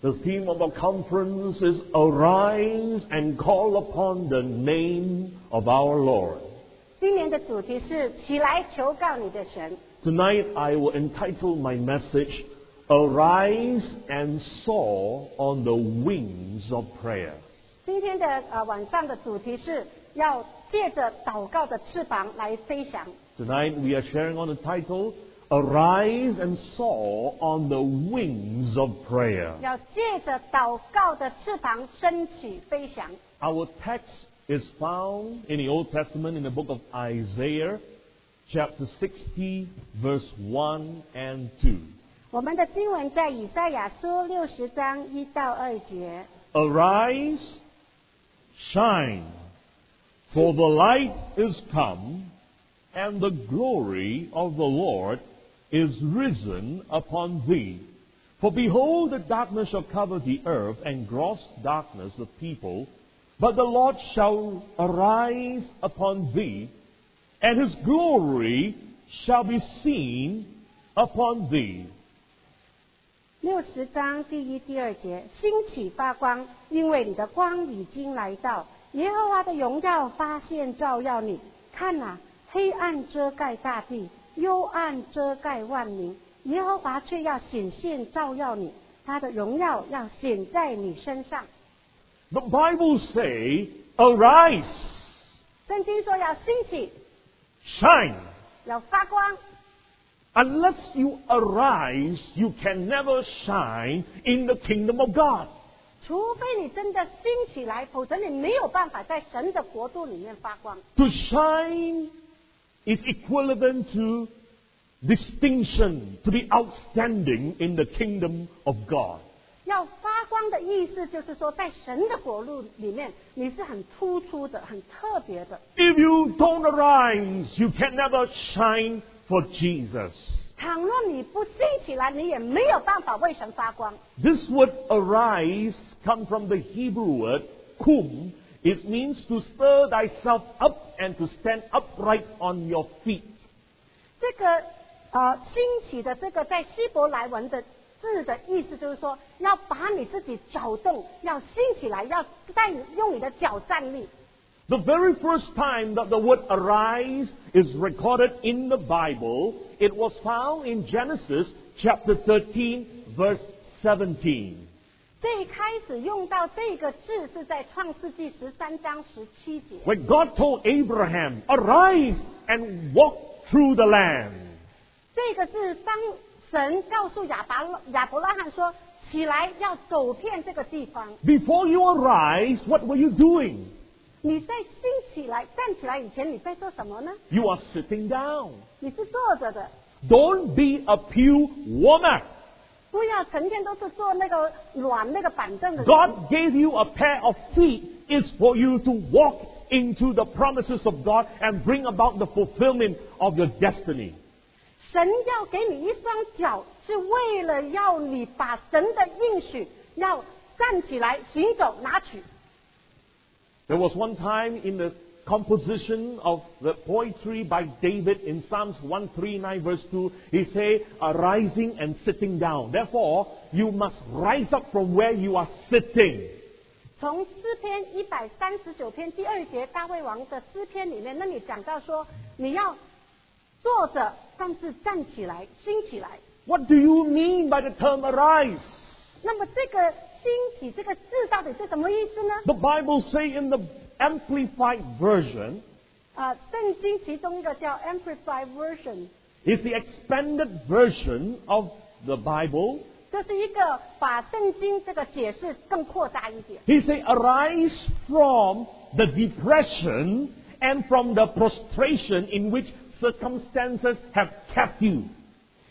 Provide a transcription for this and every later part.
The theme of the conference is Arise and Call Upon the Name of Our Lord. 今年的主题是起来求告你的神。 Tonight I will entitle my message Arise and Soar on the Wings of Prayer. 今天的呃晚上的主题是要借着祷告的翅膀来飞翔。 Tonight we are sharing on the title Arise and Soar on the Wings of Prayer. 要借着祷告的翅膀升起飞翔。 Our text is found in the Old Testament in the book of Isaiah, chapter 60, verse 1 and 2. 我们的经文在以赛亚书六十章一到二节。 Arise, shine, for the light is come, and the glory of the Lord is risen upon thee. For behold, the darkness shall cover the earth, and gross darkness the people. But the Lord shall arise upon thee, and his glory shall be seen upon thee. 六十章第一、第二节，兴起发光，因为你的光已经来到，耶和华的荣耀发现照耀你。看哪、黑暗遮盖大地，幽暗遮盖万民，耶和华却要显现照耀你，他的荣耀要显在你身上。 The Bible say, arise, 圣经说要兴起， shine. 要发光， Unless you arise, you can never shine in the kingdom of God. 除非你真的兴起来，否则你没有办法在神的国度里面发光。 To shine is equivalent to distinction, to be outstanding in the kingdom of God. 要发光的意思就是说，在神的国度里面，你是很突出的、很特别的。 If you don't arise, you can never shine for Jesus. 倘若你不兴起来，你也没有办法为神发光。 This word arise comes from the Hebrew word kum. It means to stir thyself up and to stand upright on your feet. 这个呃兴起的这个在希伯来文的字的意思就是说，要把你自己搅动，要兴起来，要在你用你的脚站立。 The very first time that the word arise is recorded in the Bible, it was found in Genesis chapter 13, verse 17. 最开始用到这个字是在创世纪十三章十七节， When God told Abraham, Arise and walk through the land. 这个是当神告诉亚伯拉亚伯拉罕说起来要走遍这个地方， Before you arise, what were you doing? 你在兴起来站起来以前你在做什么呢？ You are sitting down. 你是坐着的， Don't be a pew warmer. 不要成天都是坐那个软那个板凳的人。 God gave you a pair of feet is for you to walk into the promises of God and bring about the fulfillment of your destiny. 神要给你一双脚，是为了要你把神的应许要站起来行走拿取。 There was one time in the composition of the poetry by David in Psalms 139 verse 2, he say, arising and sitting down. Therefore, you must rise up from where you are sitting. 从诗篇一百三十九篇第二节大卫王的诗篇里面，那里讲到说，你要坐着，但是站起来，兴起来。 What do you mean by the term arise? 那么这个兴起这个字到底是什么意思呢？ The Bible say in the Amplified Version, 啊、圣经其中一个叫 Amplified Version， is the expanded version of the Bible. 这是一个把圣经这个解释更扩大一点。 He say, arise from the depression and from the prostration in which circumstances have kept you.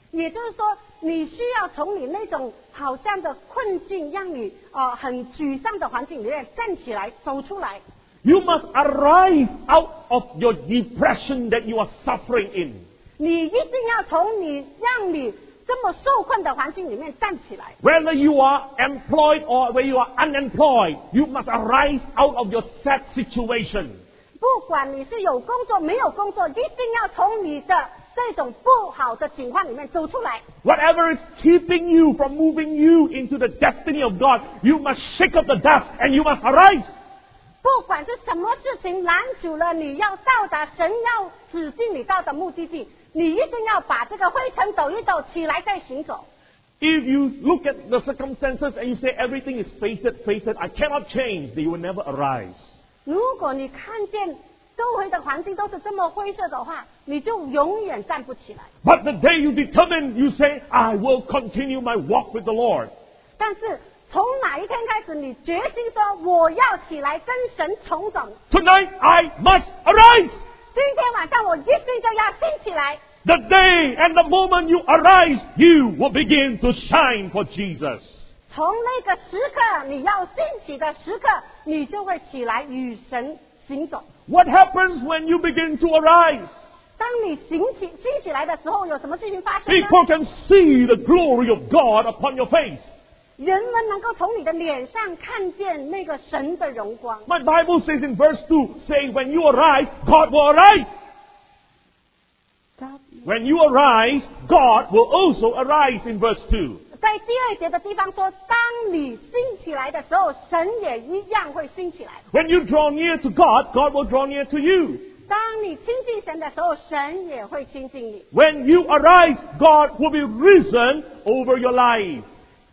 也就是说，你需要从你那种好像的困境，让你啊、呃很沮丧的环境里面站起来，走出来。 You must arise out of your depression that you are suffering in. 你一定要从你让你这么受困的环境里面站起来。 Whether you are employed or whether you are unemployed, you must arise out of your sad situation. 不管你是有工作没有工作，一定要从你的这种不好的情况里面走出来。 Whatever is keeping you from moving you into the destiny of God, you must shake up the dust and you must arise. 不管是什么事情拦阻了你要到达神要指定你到的目的地，你一定要把这个灰尘抖一抖，起来再行走。 If you look at the circumstances and you say everything is fated, fated, I cannot change, then you will never arise. 如果你看见周围的环境都是这么灰色的话，你就永远站不起来。 But the day you determine, you say, I will continue my walk with the Lord. 但是从哪一天开始，你决心说我要起来跟神同等， Tonight I must arise. 今天晚上我一定就要兴起来。 The day and the moment you arise, you will begin to shine for Jesus. 从那个时刻，你要兴起的时刻，你就会起来与神行走。 What happens when you begin to arise? 当你行起兴起来的时候，有什么事情发生呢？ People can see the glory of God upon your face. 人们能够从你的脸上看见那个神的荣光。 My Bible says in verse 2, say, when you arise, God will arise. When you arise, God will also arise in verse 2. 在第二节的地方说，当你兴起来的时候，神也一样会兴起来。 When you draw near to God, God will draw near to you. 当你亲近神的时候，神也会亲近你。 When you arise, God will be risen over your life.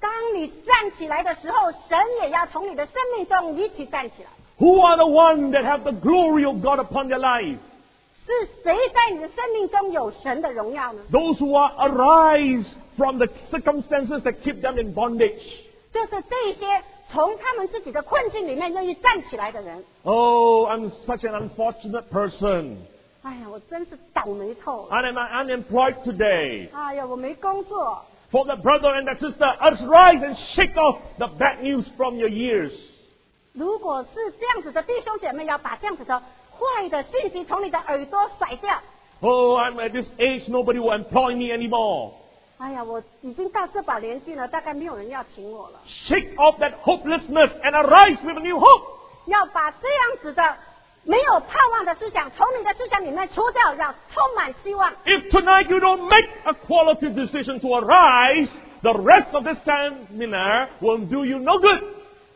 当你站起来的时候，神也要从你的生命中一起站起来。 Who are the ones that have the glory of God upon their life? 是谁在你的生命中有神的荣耀呢？ Those who are arise from the circumstances that keep them in bondage. 就是这些从他们自己的困境里面愿意站起来的人。 Oh, I'm such an unfortunate person. 哎呀，我真是倒霉透了！ I am unemployed today. 哎呀，我没工作。 For the brother and the sister, arise and shake off the bad news from your ears. 如果是这样子的弟兄姐妹，要把这样子的坏的信息从你的耳朵甩掉。 Oh, I'm at this age, nobody will employ me anymore. 哎呀，我已经到这把年纪了，大概没有人要请我了。 Shake off that hopelessness and arise with a new hope. 要把这样子的没有盼望的思想从你的思想里面除掉，要充满希望。 If tonight you don't make a quality decision to arise, the rest of this seminar will do you no good.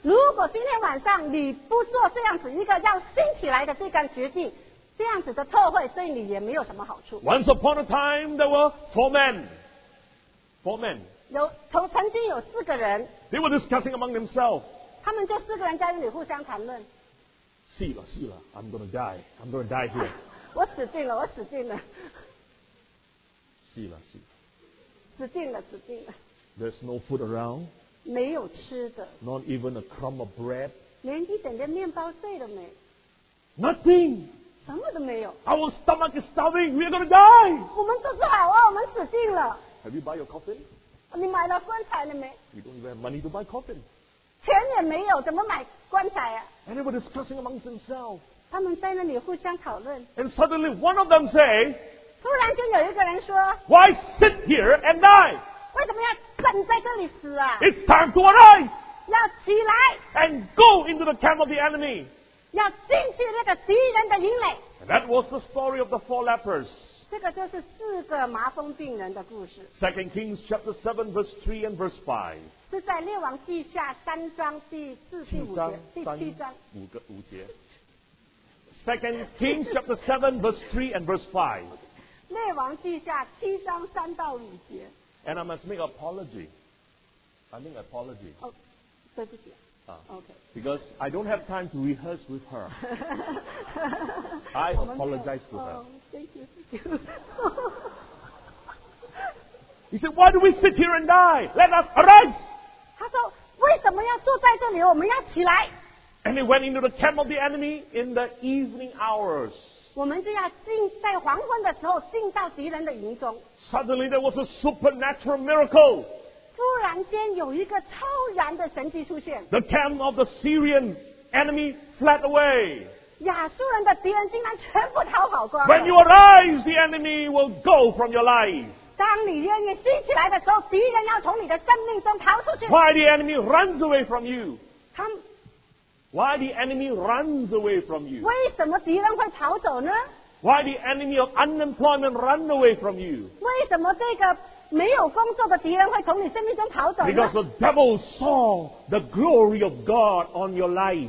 如果今天晚上你不做这样子一个要兴起来的这个决定，这样子的特会对你也没有什么好处。 Once upon a time, there were four men. Four men. 有从曾经有四个人， They were discussing among themselves. 他们就四个人在那里互相谈论， See, lah, see, lah, I'm going to die. I'm going to die here. 我死定了，我死定了， See, lah, see. 死定了，死定了， There's no food around, 没有吃的， not even a crumb of bread. 连一点点面包碎都没有， Nothing. 什么都没有。 Our stomach is starving. We're going to die. 我们都是好啊，我们死定了。 Have you buy your coffin? 你买了棺材了没？ We don't even have money to buy coffin. 钱也没有，怎么买棺材啊？ And they were discussing amongst themselves. 他们在那里互相讨论， And suddenly one of them say, 突然就有一个人说 Why sit here and die?：“ 为什么要站在这里死啊？ It's time to arise 要起来， and go into the camp of the enemy. 要进去那个敌人的营垒。 And that was the story of the four lepers. ”这个就是四个麻风病人的故事， Second Kings chapter 7 verse 3 and verse 5. 是在《列王记下》三章第四、第五节、第七章。 Second Kings chapter 7 verse 3 and verse 5. 列王记下七章三到五节。 And I must make apology. I make apology. 哦，对不起。啊 OK。 Because I don't have time to rehearse with her. I 我们没有 apologize to her. 哦，thank you, thank you. He said, Why do we sit here and die? Let us arise. 他说：“为什么要坐在这里？我们要起来， And they went into the camp of the enemy in the evening hours. 我们就要进在黄昏的时候进到敌人的营中。 Suddenly there was a supernatural miracle. 突然间有一个超然的神迹出现， The camp of the Syrian enemy fled away. 亚述人的敌人竟然全部逃跑光 When you 了。 arise, the enemy will go from your life. 当你愿意兴起来的时候，敌人要从你的生命中逃出去。 Why the enemy runs away from you? 他们 Why the enemy runs away from you? 为什么敌人会逃走呢？ Why the enemy of unemployment run away from you? 为什么这个没有工作的敌人会从你生命中跑走 Because 呢？ the devil saw the glory of God on your life.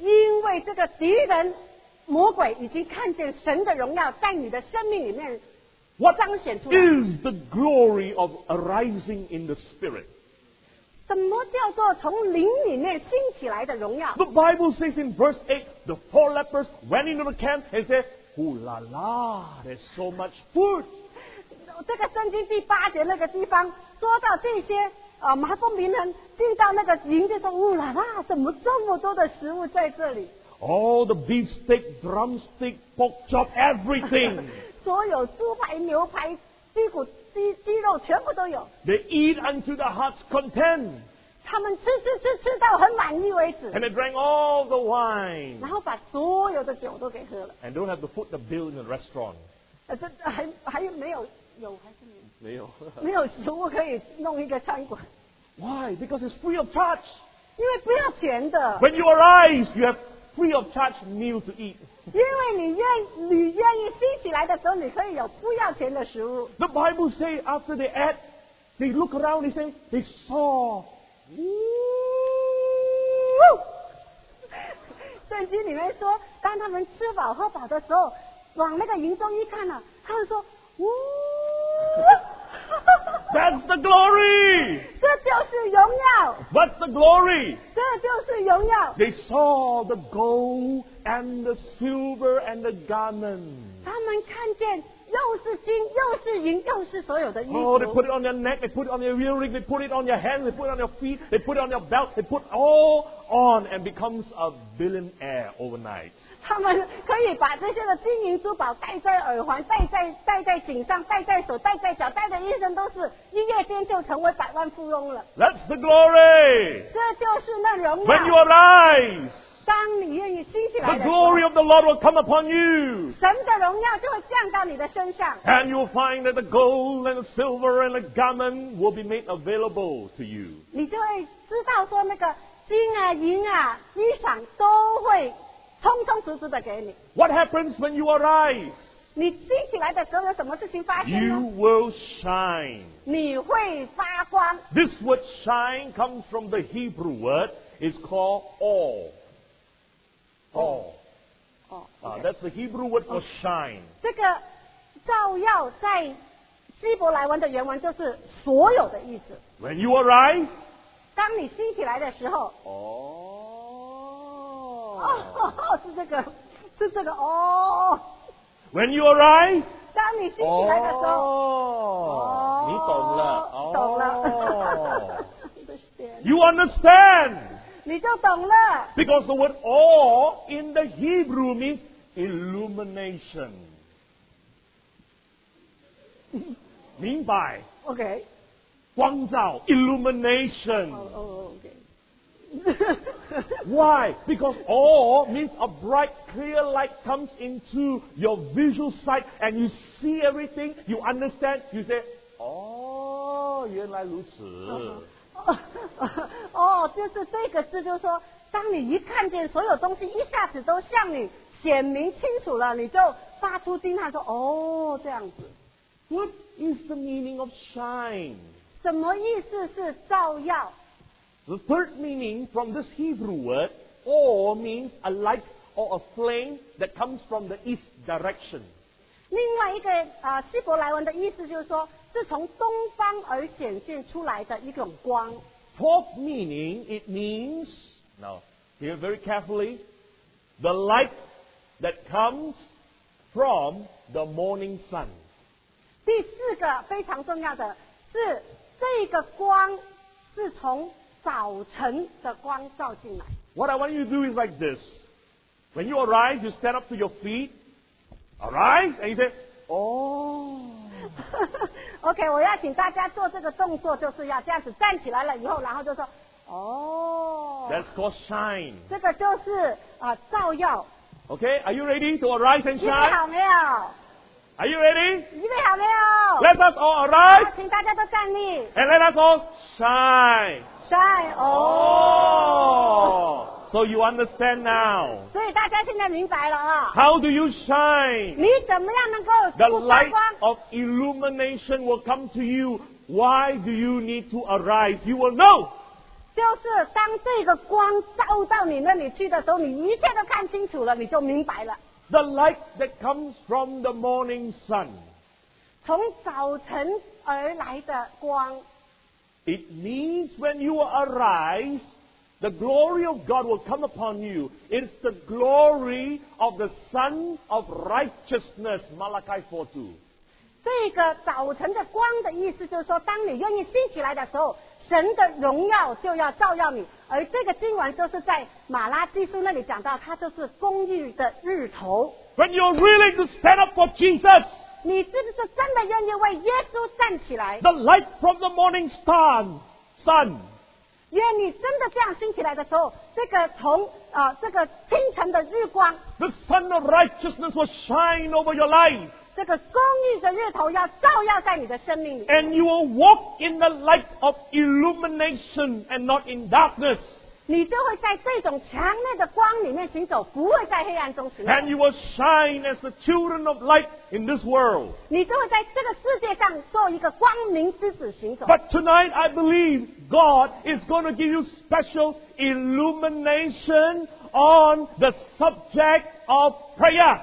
因为这个敌人魔鬼已经看见神的荣耀在你的生命里面 What 彰显出来。 is the glory of arising in the spirit? 什么叫做从灵里面兴起来的荣耀？ The Bible says in verse 8, the four lepers went into the camp and said, Ooh la la, there's so much food. 这个圣经第八节那个地方说到这些呃麻风病人进到那个营就说：“呜啦啦，怎么这么多的食物在这里？ All the beefsteak, drumstick, pork chop, everything. 所有猪排、牛排、鸡骨、鸡鸡肉全部都有。 they eat unto the heart's content. 他们吃吃吃吃到很满意为止， And they drank all the wine. 然后把所有的酒都给喝了。 And don't have to put the bill in the restaurant. 呃，这这还还没有有还是没有 Leo. 没有食物可以弄一个餐馆， Why? Because it's free of charge. 因为不要钱的。 When you arise, you have free of charge meal to eat. 因为你愿你愿意吸起来的时候，你可以有不要钱的食物。 The Bible says after they ate, they look around, they say, they saw 圣经里面说，当他们吃饱喝饱的时候，往那个营中一看呢、他们说，呜， That's the glory! 这就是荣耀， What's the glory? 这就是荣耀。 They saw the gold and the silver and the garment. 他们看见又是金又是银又是所有的衣 Oh, they 服 put，it on their neck, they put it on their earring, they put it on your hands, they put it on your feet, they put it on your belt, they put all on and becomes a billionaire overnight. 他们可以把这些的金银珠宝戴在耳环、戴在戴在颈上、戴在手、戴在脚、戴的一身都是，一夜间就成为百万富翁了。 That's the glory! 这就是那荣 When you 耀。 arise, 当你愿意兴起来 the 的时候 glory of the Lord will come upon you. 神的荣耀就会降到你的身上， And you'll find that the gold and the silver and the garment will be made available to you. 你就会知道说那个金啊、银啊、衣裳都会通通足足的给你。 What happens when you arise? 你兴起来的时候有什么事情发生 You 呢？ will shine. 你会发光。 This word shine comes from the Hebrew word. It's called all. All. 哦 Uh, that's the Hebrew word for shine. 这个照耀在希伯来文的原文就是所有的意思。 When you arise, 当你兴起来的时候， all. 哦， 是这个，是这个哦。 When you arise, 当你兴起来的时哦候，哦 all. 懂了你懂了，哦。， Understand. You understand? 你就懂了。 Because the word all in the Hebrew means illumination. 明白？ OK，光照 illumination. 哦哦，OK。 Why? Because all means a bright, clear light comes into your visual sight and you see everything, you understand, you say, "Oh, Uh-huh. 哦，原来如此。哦 哦，就是这个字，就是说，当你一看见所有东西一下子都向你显明清楚了，你就发出惊叹说：“哦，这样子。 What is the meaning of shine? ”什么意思是照耀？ The third meaning from this Hebrew word, or means a light or a flame that comes from the east direction. 另外一个啊、呃希伯来文的意思就是说，是从东方而显现出来的一种光。 Fourth meaning, it means, now hear very carefully, the light that comes from the morning sun. 第四个非常重要的是，这个光是从早晨的光照进来。 What I want you to do is like this. When you arise, you stand up to your feet, arise, and you say, Oh. OK，我要请大家做这个动作，就是要这样子站起来了以后，然后就说哦， That's called shine. 这个就是啊、呃照耀， Okay, are you ready to arise and 预备 shine? 好没有？ Are you ready? 预备好没有？ Let us all 好 arise 请大家都站立 and let us all shine. ，shine 哦， Oh, So you understand now. 所以大家现在明白了啊、 How do you shine? 你怎么样能够 The 不发 light 光？ of illumination will come to you. Why do you need to arise? You will know. 就是当这个光照到你那里去的时候，你一切都看清楚了，你就明白了。 The light that comes from the morning sun, 从早晨而来的光， it means when you arise, the glory of God will come upon you. It's the glory of the Son of Righteousness, Malachi 4.2. 这个早晨的光的意思就是说，当你愿意兴起来的时候，神的荣耀就要照耀你。而这个经文就是在马拉基书那里讲到，它就是公寓的日头。 When you're willing to stand up for Jesus, 你是不是真的愿意为耶稣站起来？ the light from the morning sun, sun 愿你真的这样兴起来的时候，这个从呃这个清晨的日光， The sun of righteousness will shine over your life, 这个公义的日头要照耀在你的生命里， and you will walk in the light of illumination and not in darkness. 你就会在这种强烈的光里面行走，不会在黑暗中行 And 走。 you will shine as the children of light in this world. 你就会在这个世界上做一个光明之子行走。 But tonight, I believe God is going to give you special illumination on the subject of prayer.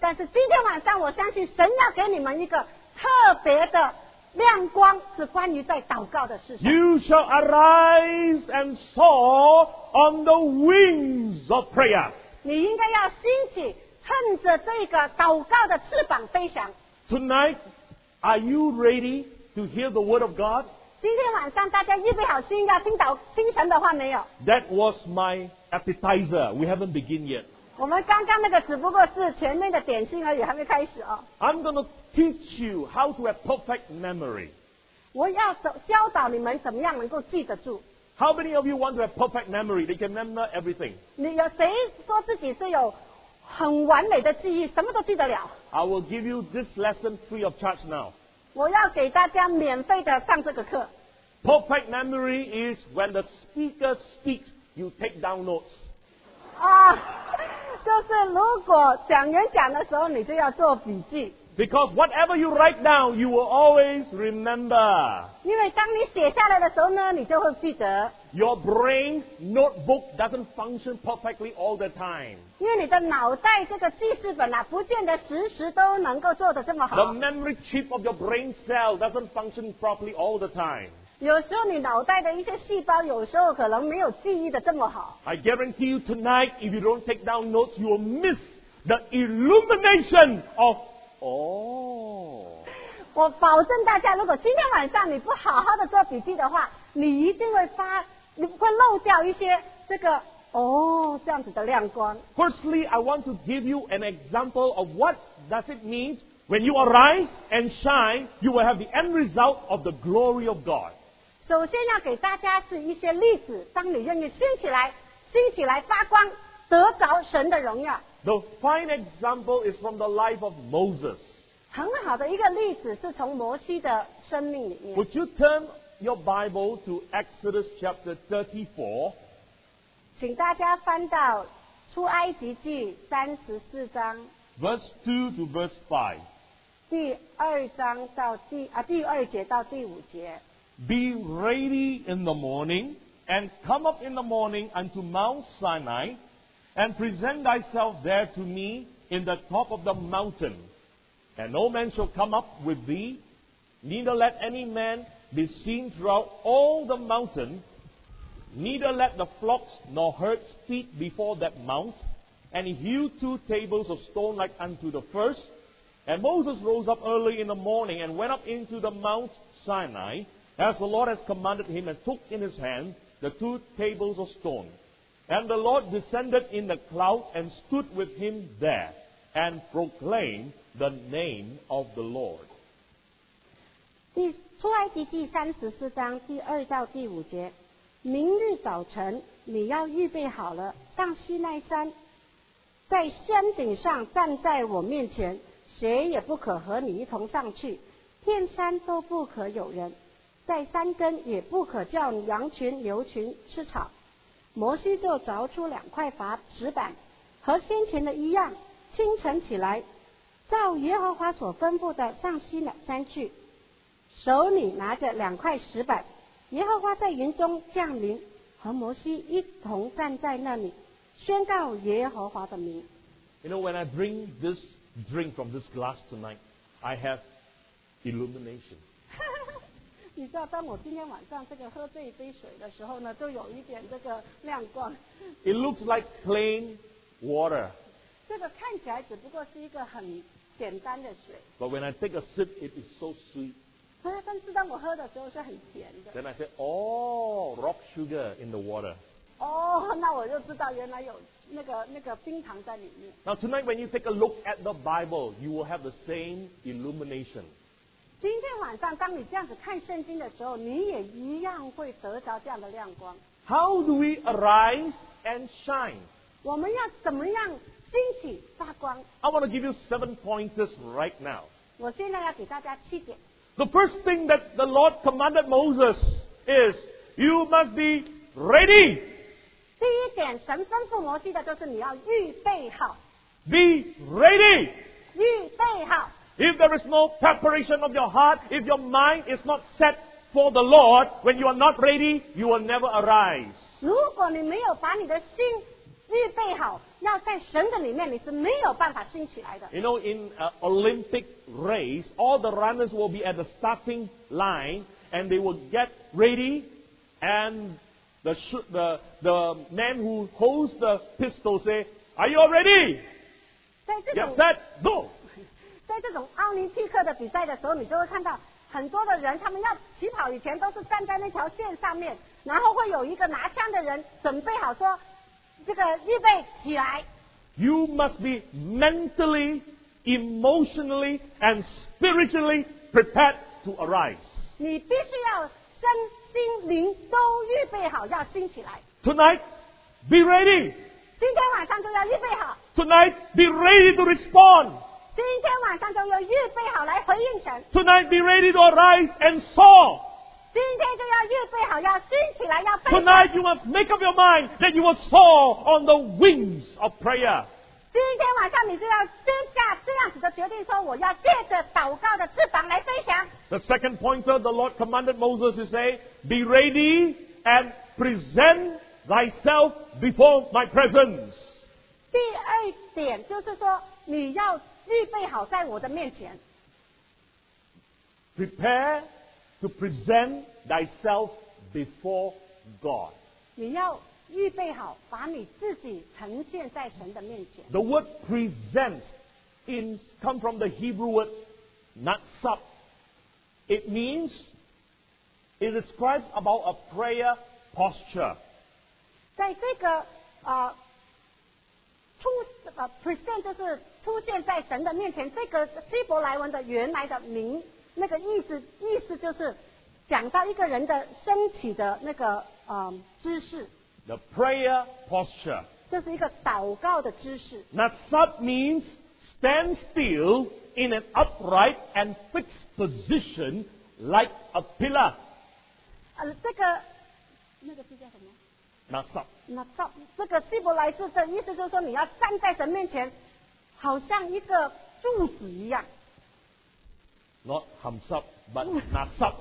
但是今天晚上，我相信神要给你们一个特别的亮光，是关于在祷告的事情。 You shall arise and soar on the wings of prayer. 你应该要兴起，趁着这个祷告的翅膀飞翔。 Tonight, are you ready to hear the word of God? 今天晚上大家预备好心要听祷听神的话没有？ That was my appetizer. We haven't begun yet. 我们刚刚那个只不过是前面的点心而已，还没开始哦。 I'm going to teach you how to have perfect memory. 我要走教导你们怎么样能够记得住。 How many of you want to have perfect memory? They can remember everything. 你有谁说自己是有很完美的记忆，什么都记得了？ I will give you this lesson free of charge now. 我要给大家免费的上这个课。 Perfect memory is when the speaker speaks, you take down notes. 啊， 就是如果讲演讲的时候，你就要做笔记， Because whatever you write down, you will always remember. 因为当你写下来的时候呢，你就会记得， Your brain notebook doesn't function perfectly all the time. 因为你的脑袋这个记事本啊，不见得时时都能够做得这么 The 好。 memory chip of your brain cell doesn't function properly all the time. 有时候你脑袋的一些细胞，有时候可能没有记忆的这么好。 I guarantee you tonight, if you don't take down notes, you will miss the illumination of all. 我保证大家，如果今天晚上你不好好的做笔记的话，你一定会发，你会漏掉一些这个哦这样子的亮光。 Firstly, I want to give you an example of what does it mean when you arise and shine, you will have the end result of the glory of God. 首先要给大家是一些例子，当你愿意兴起来，兴起来发光，得着神的荣耀。 The fine example is from the life of Moses. 很好的一个例子是从摩西的生命里面， Would you turn your Bible to Exodus chapter 34? 请大家翻到出埃及记三十四章 verse 2 to verse 5. 第二章到第啊第二节到第五节。 Be ready in the morning, and come up in the morning unto Mount Sinai, and present thyself there to me in the top of the mountain. And no man shall come up with thee, neither let any man be seen throughout all the mountain, neither let the flocks nor herds feed before that mount. And he hewed two tables of stone like unto the first. And Moses rose up early in the morning and went up into the Mount Sinai, as the Lord has commanded him, and took in his hand the two tables of stone. And the Lord descended in the cloud and stood with him there, and proclaimed the name of the Lord. 第出埃及记三十四章第二到第五节，明日早晨你要预备好了，上西奈山，在山顶上站在我面前，谁也不可和你一同上去，遍山都不可有人，在山根也不可叫羊群、牛群吃草。摩西就凿出两块法石板，和先前的一样，清晨起来，照耶和华所吩咐的上西乃山去，手里拿着两块石板。耶和华在云中降临，和摩西一同站在那里，宣告耶和华的名。 You know, when I bring this drink from this glass tonight, I have illumination. 你知道，当我今天晚上这个喝这一杯水的时候呢，就有一点这个亮光。 It looks like plain water, 这个看起来只不过是一个很简单的水， but when I take a sip, it is so sweet. 啊但是当我喝的时候是很甜的。 Then I say, oh, rock sugar in the water. 哦，那我就知道原来有那个那个冰糖在里面。 Now, tonight, when you take a look at the Bible, you will have the same illumination. 今天晚上当你这样子看圣经的时候，你也一样会得着这样的亮光。 How do we arise and shine? 我们要怎么样兴起发光？ I want to give you seven pointers right now. 我现在要给大家七点。 The first thing that the Lord commanded Moses is, you must be ready. 第一点，神吩咐摩西的就是你要预备好， Be ready. 预备好。 If there is no preparation of your heart, if your mind is not set for the Lord, when you are not ready, you will never arise. 如果你没有把你的心预备好，要在神的里面，你是没有办法兴起来的。 You know, in uh, Olympic race, all the runners will be at the starting line and they will get ready and the, sh- the, the man who holds the pistol say, are you all ready? 在这 Get 种 set, go! 在这种奥林匹克的比赛的时候，你就会看到很多的人，他们要起跑以前都是站在那条线上面，然后会有一个拿枪的人准备好说，这个预备起来。 You must be mentally, emotionally, and spiritually prepared to arise. 你必须要身心灵都预备好，要兴起来。 Tonight, be ready. 今天晚上就要预备好， Tonight, be ready to respond. 今天晚上就要预备好来回应神， Tonight, be ready to arise and soar. 今天就要预备好，要兴起来，要奋斗。 Tonight, you must make up your mind that you will soar on the wings of prayer. 今天晚上你就要生下这样子的决定，说我要借着祷告的翅膀来飞翔。 The second pointer the Lord commanded Moses to say, Be ready and present thyself before my presence. 第二点就是说，你要预备好在我的面前， Prepare to present thyself before God. 你要预备好，把你自己呈现在神的面前。 The word present in come from the Hebrew word natsab. It means it describes about a prayer posture. 在这个呃出呃 present 就是出现在神的面前，这个希伯来文的原来的名那个意思意思就是讲到一个人的身体的那个呃姿势， The prayer posture. 这、是一个祷告的姿势。 Natsab means stand still in an upright and fixed position like a pillar. 呃，这个那个字叫什么？ Natsab. 那到这个希伯来字的意思就是说，你要站在神面前，好像一个柱子一样。 Not hamsab, but nasab.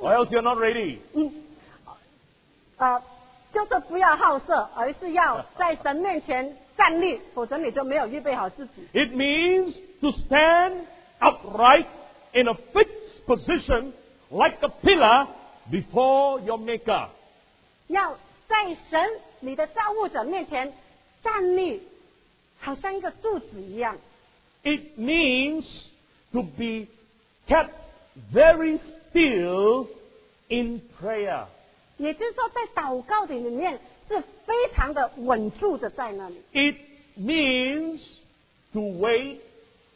or else you're not ready. 呃，就是不要好色，而是要在神面前站立，否则你就没有预备好自己。 It means to stand upright in a fixed position like a pillar before your maker. 要在神你的造物者面前站立，好像一个柱子一样。 It means to be kept very still in prayer. 也就是说，在祷告的里面是非常的稳住的在那里。 It means to wait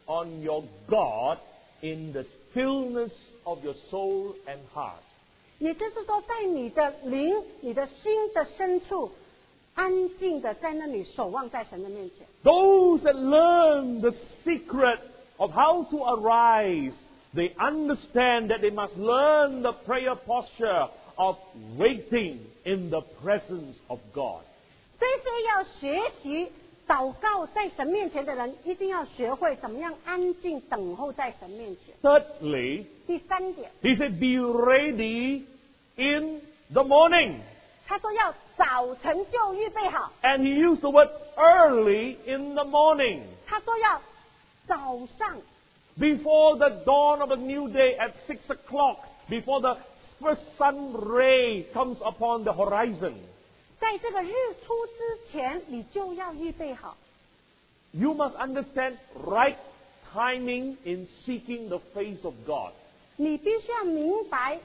on your God in the stillness of your soul and heart. 也就是说，在你的灵、你的心的深处，安静的在那里守望在神的面前。 Those that learn the secret of how to arise They understand that they must learn the prayer posture of waiting in the presence of God. 这些要学习祷告在神面前的人，一定要学会怎么样安静等候在神面前。 Thirdly, 第三点， he said, Be ready in the morning. 他说要早晨就预备好， And he used the word early in the morning, 他说要早上 before the dawn of a new day at 6 o'clock, before the first sun ray comes upon the horizon. 在这个日出之前，你就要预备好。 You must understand right timing in seeking the face of God. 你必须要明白，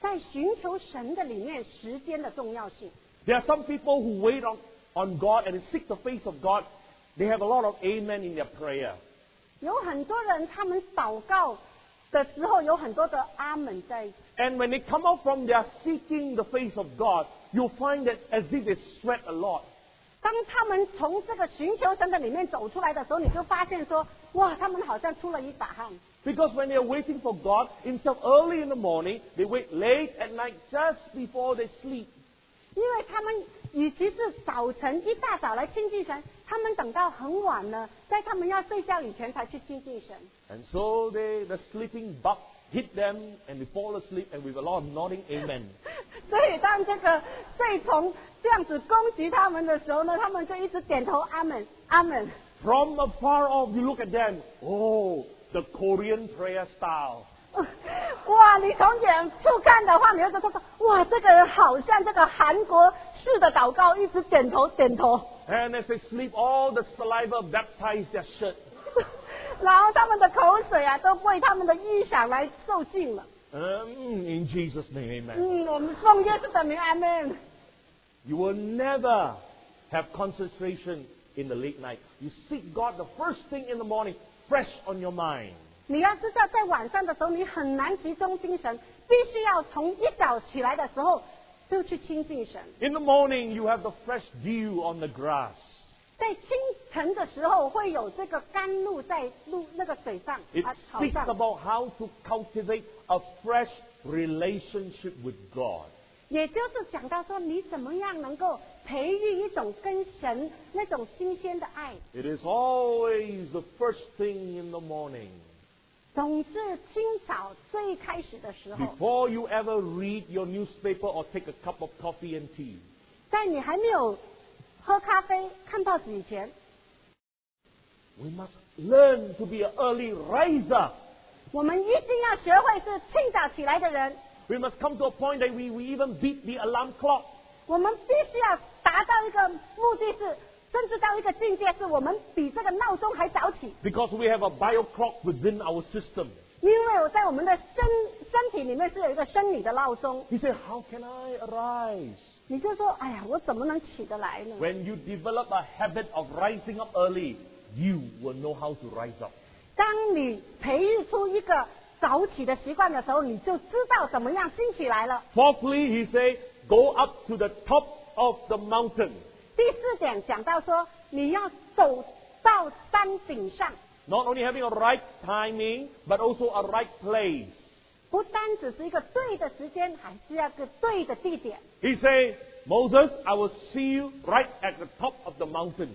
在寻求神的里面，时间的重要性。 There are some people who wait on, on God and seek the face of God. They have a lot of amen in their prayer. 有很多人他们祷告的时候，有很多的阿门在， And when they come out from their seeking the face of God, you'll find that as if they sweat a lot. 当他们从这个寻求神的里面走出来的时候，你就发现说，哇，他们好像出了一把汗。 Because when they're waiting for God, instead of early in the morning, they wait late at night just before they sleep. 因为他们与其是早晨一大早来亲近神，他们等到很晚了，在他们要睡觉以前才去亲近神， And so they, the sleeping bug hit them and they fall asleep and with a lot of nodding amen. 所以当这个睡虫这样子攻击他们的时候呢，他们就一直点头阿门阿门。 From afar off, you look at them. Oh, the Korean prayer style. 哇，你从远处看的话，你会说说哇，这个人好像这个韩国式的祷告，一直点头点头， And as they sleep, all the saliva baptized their shirt. 然后他们的口水啊都为他们的预想来受尽了。 Um, in Jesus' name, amen. 嗯，我们奉耶稣的名，阿门。 You will never have concentration in the late night. You seek God the first thing in the morning, fresh on your mind. 你要知道，在晚上的时候，你很难集中精神，必须要从一早起来的时候就去亲近神。 In the morning, you have the fresh dew on the grass. 在清晨的时候，会有这个甘露在露那个水上 It 啊草 speaks 上。 about how to cultivate a fresh relationship with God. 也就是讲到说，你怎么样能够培育一种跟神那种新鲜的爱。 It is always the first thing in the morning. 总之，清早最开始的时候， Before you ever read your newspaper or take a cup of coffee and tea, 在你还没有喝咖啡、看报纸以前， we must learn to be an early riser. 我们一定要学会是清早起来的人。 We must come to a point that we, we even beat the alarm clock. 我们必须要达到一个目的是，甚至到一个境界，是我们比这个闹钟还早起， Because we have a bio clock within our system. 因为我在我们的身身体里面是有一个生理的闹钟。 He said, How can I arise? 你就说，哎呀，我怎么能起得来呢？ When you develop a habit of rising up early, you will know how to rise up. 当你培育出一个早起的习惯的时候，你就知道怎么样兴起来了。 Fourthly, he says, go up to the top of the mountain. 第四点讲到说，你要走到山顶上， Not only having a right timing, but also a right place. 不单只是一个对的时间，还是要个对的地点。 He says, Moses, I will see you right at the top of the mountain.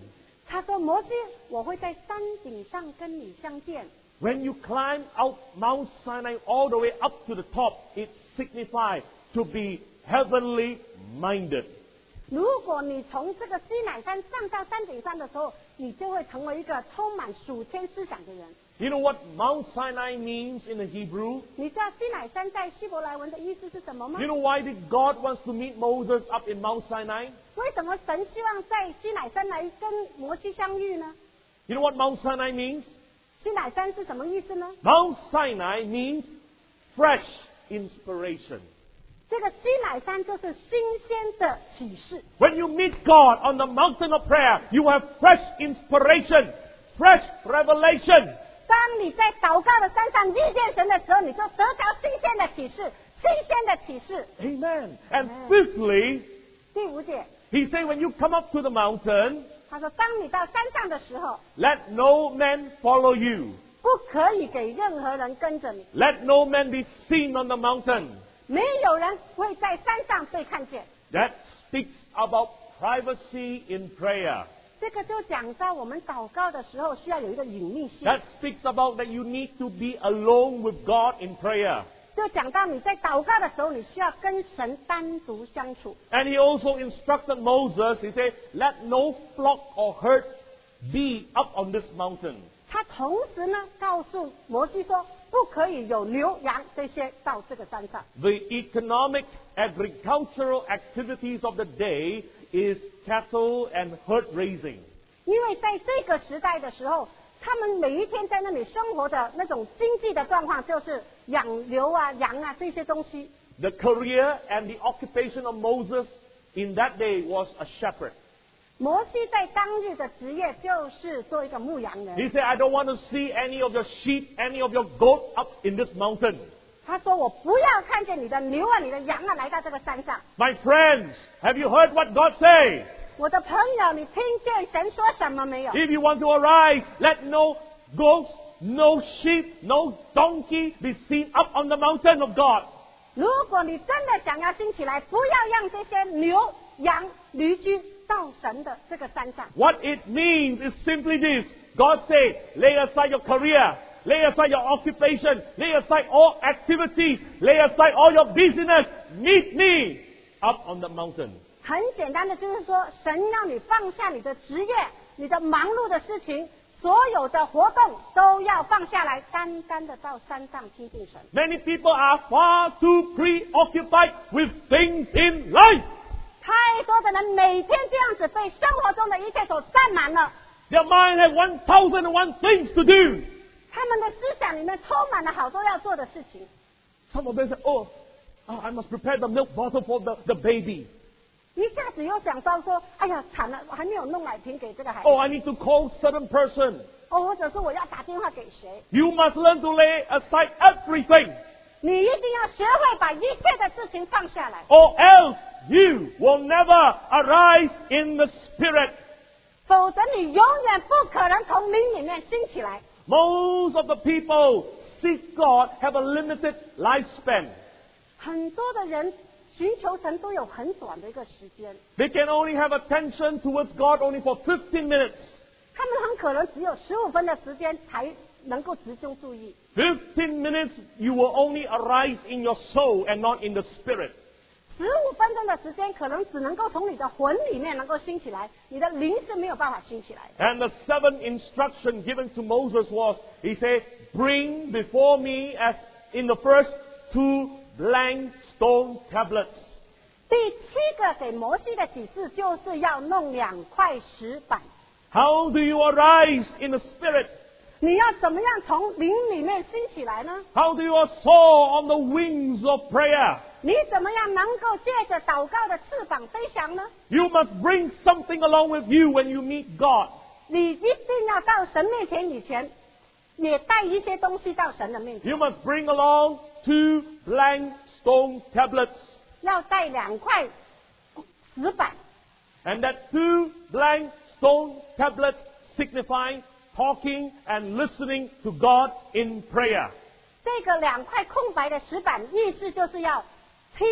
他说：“摩西，我会在山顶上跟你相见。 When you climb out Mount Sinai all the way up to the top, it signifies to be heavenly minded. 如果你从这个西南山上到山顶上的时候，你就会成为一个充满属天思想的人。 You know what Mount Sinai means in the Hebrew? 你知道西南山在希伯来文的意思是什么吗 You？know why did God wants to meet Moses up in Mount Sinai? 为什么神希望在西乃山来跟摩西相遇呢？ You know what Mount Sinai means? 西乃山是什么意思呢？ Mount Sinai means fresh inspiration. 这个西乃山就是新鲜的启示。 When you meet God on the mountain of prayer, you have fresh inspiration, fresh revelation. 当你在祷告的山上遇见神的时候，你就得着新鲜的启示，新鲜的启示。 Amen. And Amen. fifthly, 第五点， he said, when you come up to the mountain, 他说，当你到山上的时候， let no man follow you. 不可以给任何人跟着你， Let no man be seen on the mountain. 没有人会在山上被看见。 That speaks about privacy in prayer. 这个就讲到我们祷告的时候需要有一个隐秘性， That speaks about that you need to be alone with God in prayer. 就讲到你在祷告的时候，你需要跟神单独相处。 And he also instructed Moses, he said, Let no flock or herd be up on this mountain. 他同时呢告诉摩西说，不可以有牛羊这些到这个山上。 The economic agricultural activities of the day is cattle and herd raising. 因为在这个时代的时候，他们每一天在那里生活的那种经济的状况，就是养牛啊、羊啊这些东西。 The career and the occupation of Moses in that day was a shepherd. 摩西在当日的职业就是做一个牧羊 He 人。 said, I don't want to see any of your sheep, any of your goat up in this mountain. 他说：“我不要看见你的牛啊、你的羊啊来到这个山上。 My friends, have you heard what God say? ”我的朋友，你听见神说什么没有？ If you want to arise, let no goats, no sheep, no donkey be seen up on the mountain of God. 如果你真的想要兴起来，不要让这些牛、羊、驴驹到神的这个山上。 What it means is simply this. God said, lay aside your career, lay aside your occupation, lay aside all activities, lay aside all your business. Meet me up on the mountain. 很简单的，就是说，神让你放下你的职业、你的忙碌的事情，所有的活动都要放下来，单单的到山上亲近神。 Many people are far too preoccupied with things in life. 太多的人每天这样子被生活中的一切所占满了， Their mind has 1001 things to do. 他们的思想里面充满了好多要做的事情。 Some of them say, oh, oh, I must prepare the milk bottle for the, the baby. 一下子又想到说，哎呀，惨了，我还没有弄奶瓶给这个孩子 Oh,，I Oh, need to call certain person. 哦，或者是我要打电话给谁？ You must learn to lay aside everything 你一定要学会把一切的事情放下来， or else you will never arise in the spirit. 否则你永远不可能从灵里面兴起来。 Most of the people seek God have a limited lifespan. 很多的人寻求神都有很短的一个时间， They can only have attention towards God only for 15 minutes. 他们很可能只有十五分的时间才能够集中注意。 15 minutes you will only arise in your soul and not in the spirit. 十五分钟的时间，可能只能够从你的魂里面能够兴起来，你的灵是没有办法兴起来的。 And the seventh instruction given to Moses was, he said, bring before me as in the first two blank stone tablets. 第七个给摩西的启示，就是要弄两块石板。 How do you arise in the spirit? 你要怎么样从灵里面兴起来呢？ How do you soar on the wings of prayer? 你怎么样能够借着祷告的翅膀飞翔呢？ You must bring something along with you when you meet God. 你一定要到神面前以前，也带一些东西到神的面前， You must bring along two blank stone tablets. 要带两块石板。 And that two blank stone tablets signifying talking and listening to God in prayer. 这个两块空白的石板，意思就是要听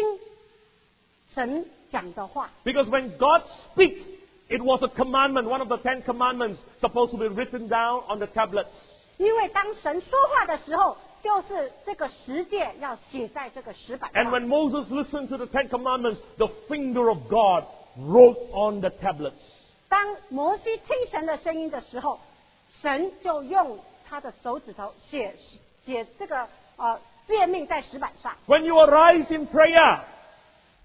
神讲的话。 Because when God speaks, it was a commandment, one of the Ten Commandments, supposed to be written down on the tablets. 因为当神说话的时候，就是这个十诫要写在这个石板 And 上。 when Moses listened to the Ten Commandments, the finger of God wrote on the tablets. 当摩西听神的声音的时候，神就用他的手指头写写这个呃诫命在石板上。 When you arise in prayer,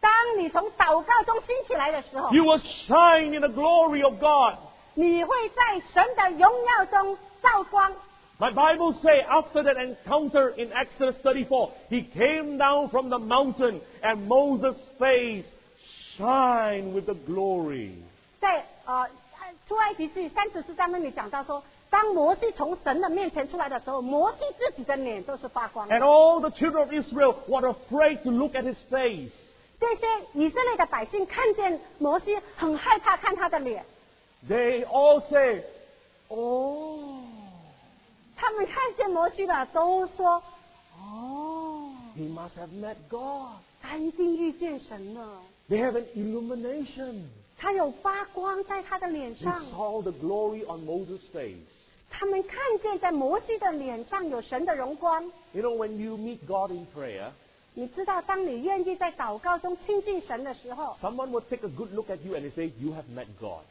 当你从祷告中兴起来的时候， you will shine in the glory of God. 你会在神的荣耀中照光。 My Bible say after that encounter in Exodus 34, he came down from the mountain and Moses' face shine with the glory. 在呃出埃及记三十四章那里讲到说，当摩西从神的面前出来的时候，摩西自己的脸都是发光的。 And all the children of Israel were afraid to look at his face. 这些以色列的百姓看见摩西，很害怕看他的脸， They all say, Oh, 他们看见摩西了，都说：“哦， He must have met God. 他一定遇见神了。 They have an illumination. 他有发光在他的脸 They 上， saw the glory on Moses' face. 他们看见在摩西的脸上有神的荣光。 You know, when you meet God in prayer, 你知道，当你愿意在祷告中亲近神的时候， someone will take a good look at you and they say, You have met God.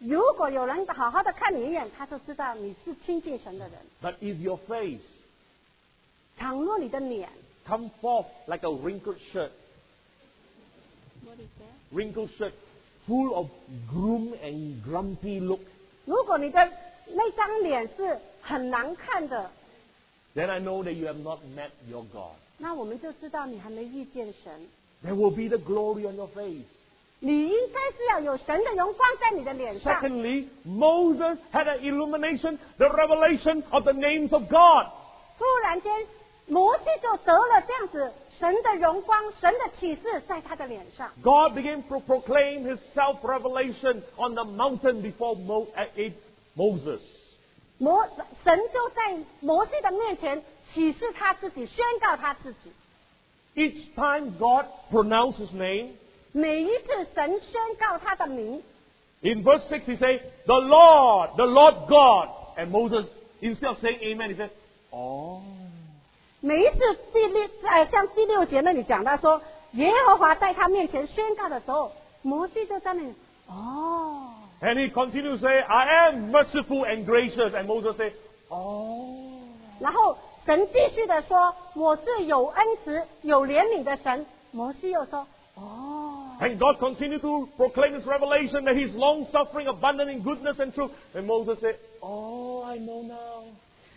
如果有人好好的看你一眼，他就知道你是亲近神的人。 But if your face 倘若你的脸 come forth like a wrinkled shirt, wrinkled shirt full of gloom and grumpy look, 如果你的那张脸是很难看的， then I know that you have not met your God. 那我们就知道你还没遇见神。 There will be the glory on your face. 你应该是要有神的荣光在你的脸上。 Secondly, Moses had an illumination, the revelation of the names of God. 突然间，摩西就得了这样子神的荣光、神的启示在他的脸上。 God began to proclaim his self revelation on the mountain before Mo- uh, it- Moses. 摩神就在摩西的面前启示他自己，宣告他自己。 Each time God pronounced his name, 每一次神宣告他的名， in verse 6 he says, The Lord, the Lord God. And Moses, instead of saying amen, he said, Oh. 每一次第六呃，像第六节那里讲到说，耶和华在他面前宣告的时候，摩西就在那里哦， And he continued to say, I am merciful and gracious. And Moses said, Oh. 然后神继续的说，我是有恩慈、有怜悯的神。摩西又说，哦， And God continued to proclaim His revelation that He's long suffering, abundant in goodness and truth. And Moses said, Oh, I know now.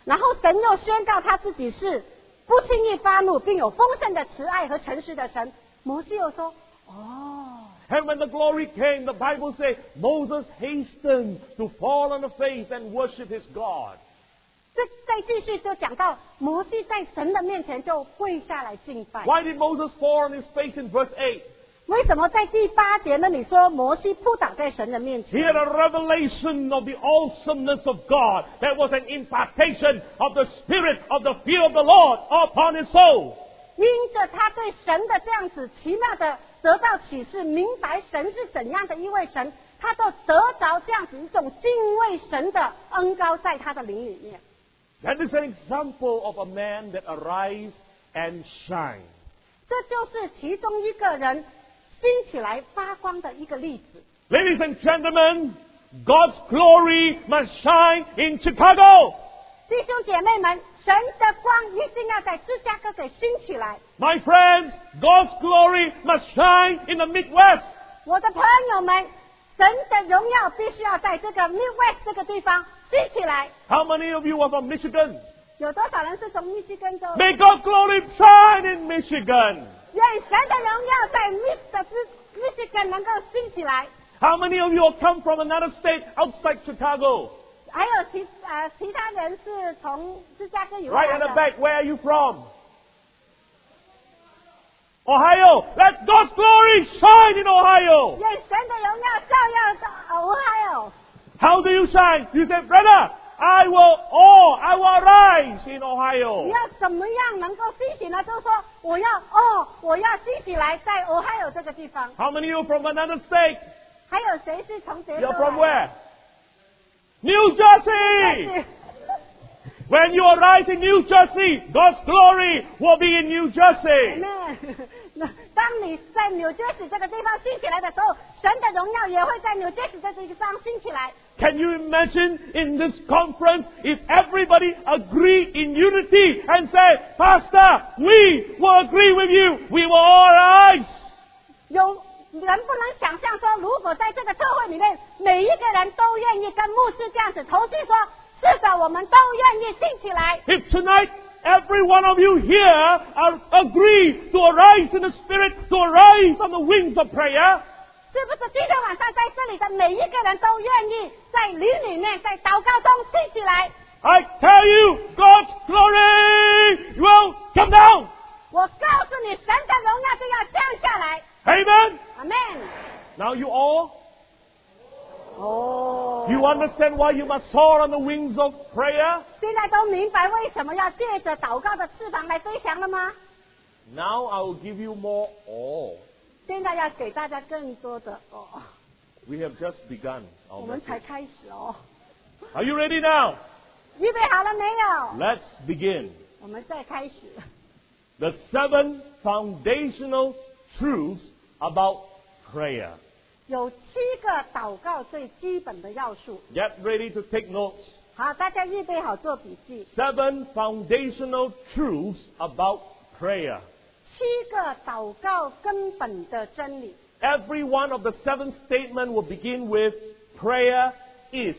然后神又宣告他自己是不轻易发怒，并有丰盛的慈爱和诚实的神。摩西又说，哦， And when the glory came, the Bible says Moses hastened to fall on the face and worship his God. 这再继续就讲到摩西在神的面前就跪下来敬拜。 Why did Moses fall on his face in verse 8? 为什么在第八节那里说摩西不倒在神的面 He 前？ had a revelation of the awesomeness of God. That was an impartation of the spirit of the fear of the Lord upon his soul. 因着他对神的这样子奇妙的得到启示，明白神是怎样的一位神，他就得着这样子一种敬畏神的恩高在他的灵里面。 That is an example of a man that arise and shine. 这就是其中一个人兴起来发光的一个例子。 Ladies and gentlemen, God's glory must shine in Chicago. 弟兄姐妹们，神的光一定要在芝加哥给兴起来。 My friends, God's glory must shine in the Midwest. 我的朋友们，神的荣耀必须要在这个 Midwest 这个地方兴起来。 How many of you are from Michigan? 有多少人是从密西根州？ May God's glory shine in Michigan. 愿神的荣耀在密的之密西根能够兴起来。 How many of you have come from another state outside Chicago? 还有其呃其他人是从芝加哥以外 Right 来 at the 的。 back, where are you from? Ohio. Let God's glory shine in Ohio. 愿神的荣耀照耀着呃我还有。 How do you shine? You say, brother, I will, oh, I will rise in 你 Ohio. 要怎么样能够兴起呢？就是说，我要哦，我要兴起来，在我还有这个地方。 How many of you are from another state? 还有谁是从德州 You're from 来 where? New 但 Jersey! 是 When you arise in New Jersey, God's glory will be in New Jersey. 那当你在纽约市这个地方兴起来的时候，神的荣耀也会在纽约市这个地方兴起来。 Can you imagine in this conference if everybody agree in unity and say, Pastor, we will agree with you. We will all rise. 有人不能想象说，如果在这个特会里面，每一个人都愿意跟牧师这样子同心说，至少啊我们都愿意兴起来。 If tonight every one of you here are, agree to arise in the Spirit, to arise on the wings of prayer, 是不是今天晚上在这里的每一个人都愿意在灵里面，在祷告中兴起来？ I tell you, God's glory will come down. 我告诉你，神的荣耀就要降下来。 Amen. 阿门。 Now you all, Oh. you You understand why you must soar on the wings of prayer? 现在都明白为什么要借着祷告的翅膀来飞翔了吗？ Now I will give you more awe. 现在要给大家更多的哦， We have just begun 我 our 们才 message. 开始哦， Are you ready now? 预备好了没有？ Let's begin. 我们再开始 The seven foundational truths about prayer. 有七个祷告最基本的要素。 Get ready to take notes. 好，大家预备好做笔记。 Seven foundational truths about prayer. 七个祷告根本的真理， Every one of the seven statements will begin with prayer is.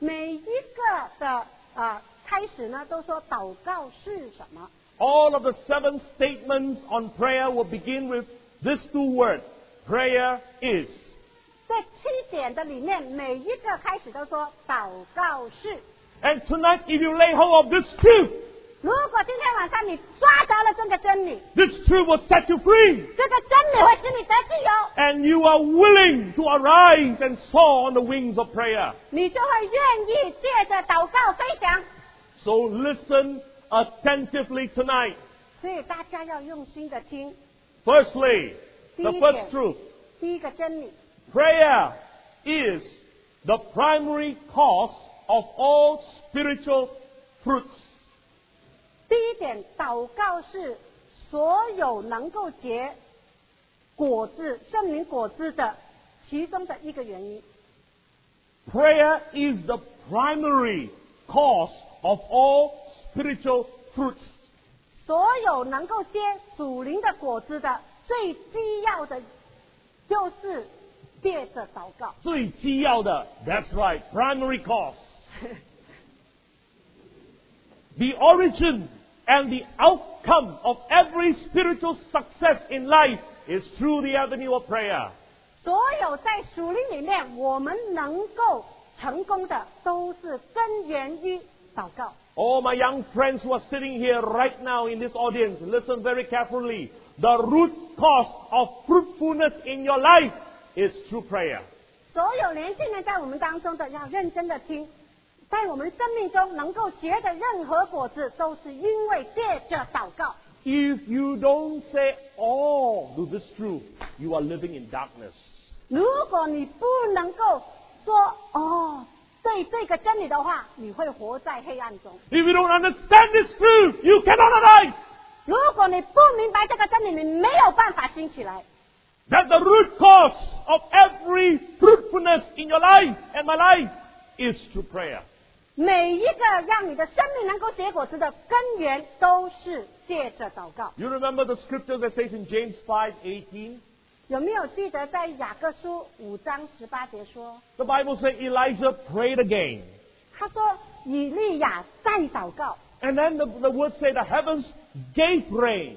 每一个的呃开始呢都说祷告是什么， All of the seven statements on prayer will begin with these two words prayer is. 在七点的里面每一个开始都说祷告是。 And tonight, if you lay hold of this truth, 如果今天晚上你抓着了这个真理， this truth will set you free. 这个真理会使你得自由， And you are willing to arise and soar on the wings of prayer. 你就会愿意借着祷告飞翔。 So listen attentively tonight. 所以大家要用心的听 Firstly, the Yes. first truth 第一个真理， prayer is the primary cause of all spiritual fruits. 第一点，祷告是所有能够结果子、圣灵果子的其中的一个原因。 Prayer is the primary cause of all spiritual fruits. 所有能够结属灵的果子的最基要的，就是借着祷告。最基要的, that's right, primary cause. the origin and the outcome of every spiritual success in life is through the avenue of prayer. 所有在属灵里面我们能够成功的，都是根源于祷告。 All my young friends who are sitting here right now in this audience, listen very carefully. The root cause of fruitfulness in your life is through prayer. 所有年轻人在我们当中的，要认真的听，在我们生命中能够结的任何果子，都是因为借着祷告。 If you don't say all to this truth, you are living in darkness. 如果你不能够说哦，对这个真理的话，你会活在黑暗中。 If you don't understand this truth, you cannot arise. 如果你不明白这个真理，你没有办法兴起来。 That the root cause of every fruitfulness in your life and my life is through prayer. 每一个让你的生命能够结果子的根源，都是借着祷告。 You remember the scripture that says in James 5:18, 有没有记得在雅各书五章十八节说， the Bible says Elijah prayed again. 他说以利亚在祷告， And then the, the words say the heavens gave rain,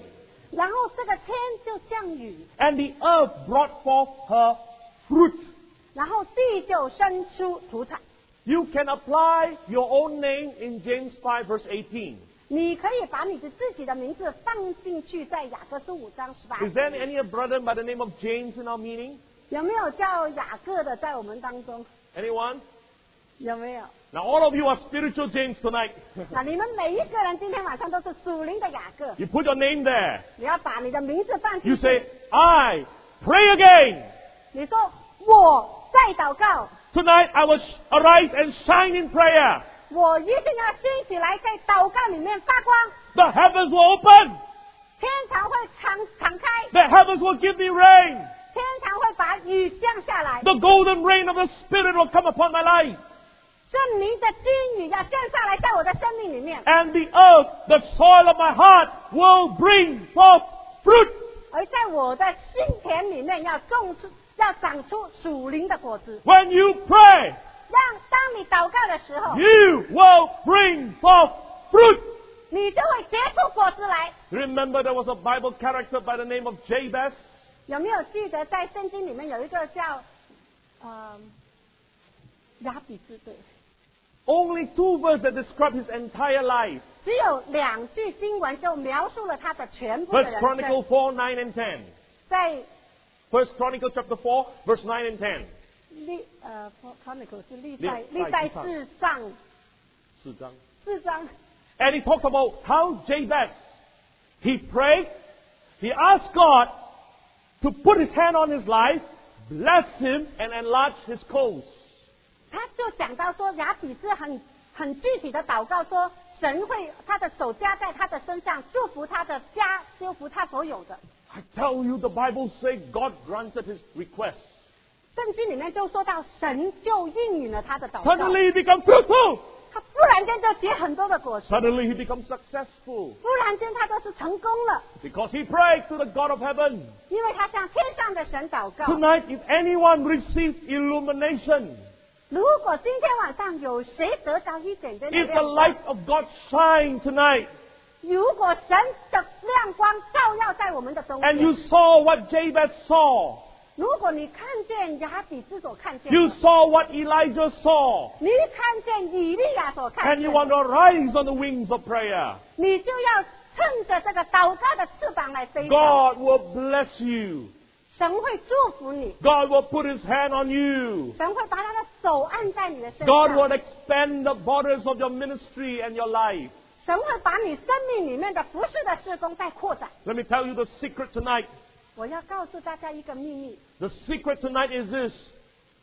然后这个天就降雨， and the earth brought forth her fruit. 然后地就生出土产。 You can apply your own name in James 5 verse 18. 你可以把你的自己的名字放进去，在雅各书五章十八 Is there any brother by the name of James in our meeting? 有没有叫雅各的在我们当中？ Anyone? 有没有？ Now all of you are spiritual James tonight. 啊，你们每一个人今天晚上都是属灵的雅各， you put your name there. 你要把你的名字放进 You 去。 say, I pray again. 你说我在祷告， Tonight I will sh- arise and shine in prayer. 我一定要兴起来，在祷告里面发光， The heavens will open. 天堂会敞敞开， The heavens will give me rain. 天堂会把雨降下来， The golden rain of the Spirit will come upon my life. 圣灵的金雨要降下来，在我的生命里面， and the earth, the soil of my heart, will bring forth fruit. 而在我的心田里面要种出，要长出属灵的果子。 When you pray, 让当你祷告的时候， you will bring forth fruit. 你就会结出果子来。 Remember, there was a Bible character by the name of Jabez. 有没有记得在圣经里面有一个叫，呃，亚比之对， Only two verses that describe his entire life. 只有两句经文就描述了他的全部的 First 人 Chronicle 生。 4, 9 and 10. 在 First Chronicle chapter 4, verse 9 and 10. 历呃，Pro-，Chronicle 是历历代历历代代至上四章。四章， And he talks about how Jabez, he prayed, he asked God to put his hand on his life, bless him, and enlarge his coast. 他就讲到说雅比是很很具体的祷告说。神会他的手加在他的身上，祝福他的家，祝福他所有的。 I tell you, the Bible says God granted his request. 圣经里面就说到，神就应允了他的祷告， Suddenly he becomes fruitful. 他突然间就结很多的果实， Suddenly he becomes successful 突然间他就是成功了， because he prayed to the God of heaven. 因为他向天上的神祷告。 Tonight, if anyone receives illumination, 如果今天晚上有谁得到一点点的 if the 亮 light 光， of God shine tonight, 如果神的亮光照耀在我们的中 and you 间， saw what Jabez saw, 如如果你看见雅比之所看见 you 的， saw what Elijah saw, 你看见以利亚所看 and you 见 want 的， to rise on the wings of prayer, 你就要趁着这个祷告的翅膀来飞翔， God will bless you. 神会祝福你， God will put his hand on you. 神会把他的手按在你的身 God will 上， expand the borders of your ministry and your life. 神会把你生命里面的服饰的事工再扩展。 Let me tell you the secret tonight. 我要告诉大家一个秘密， The secret tonight is this.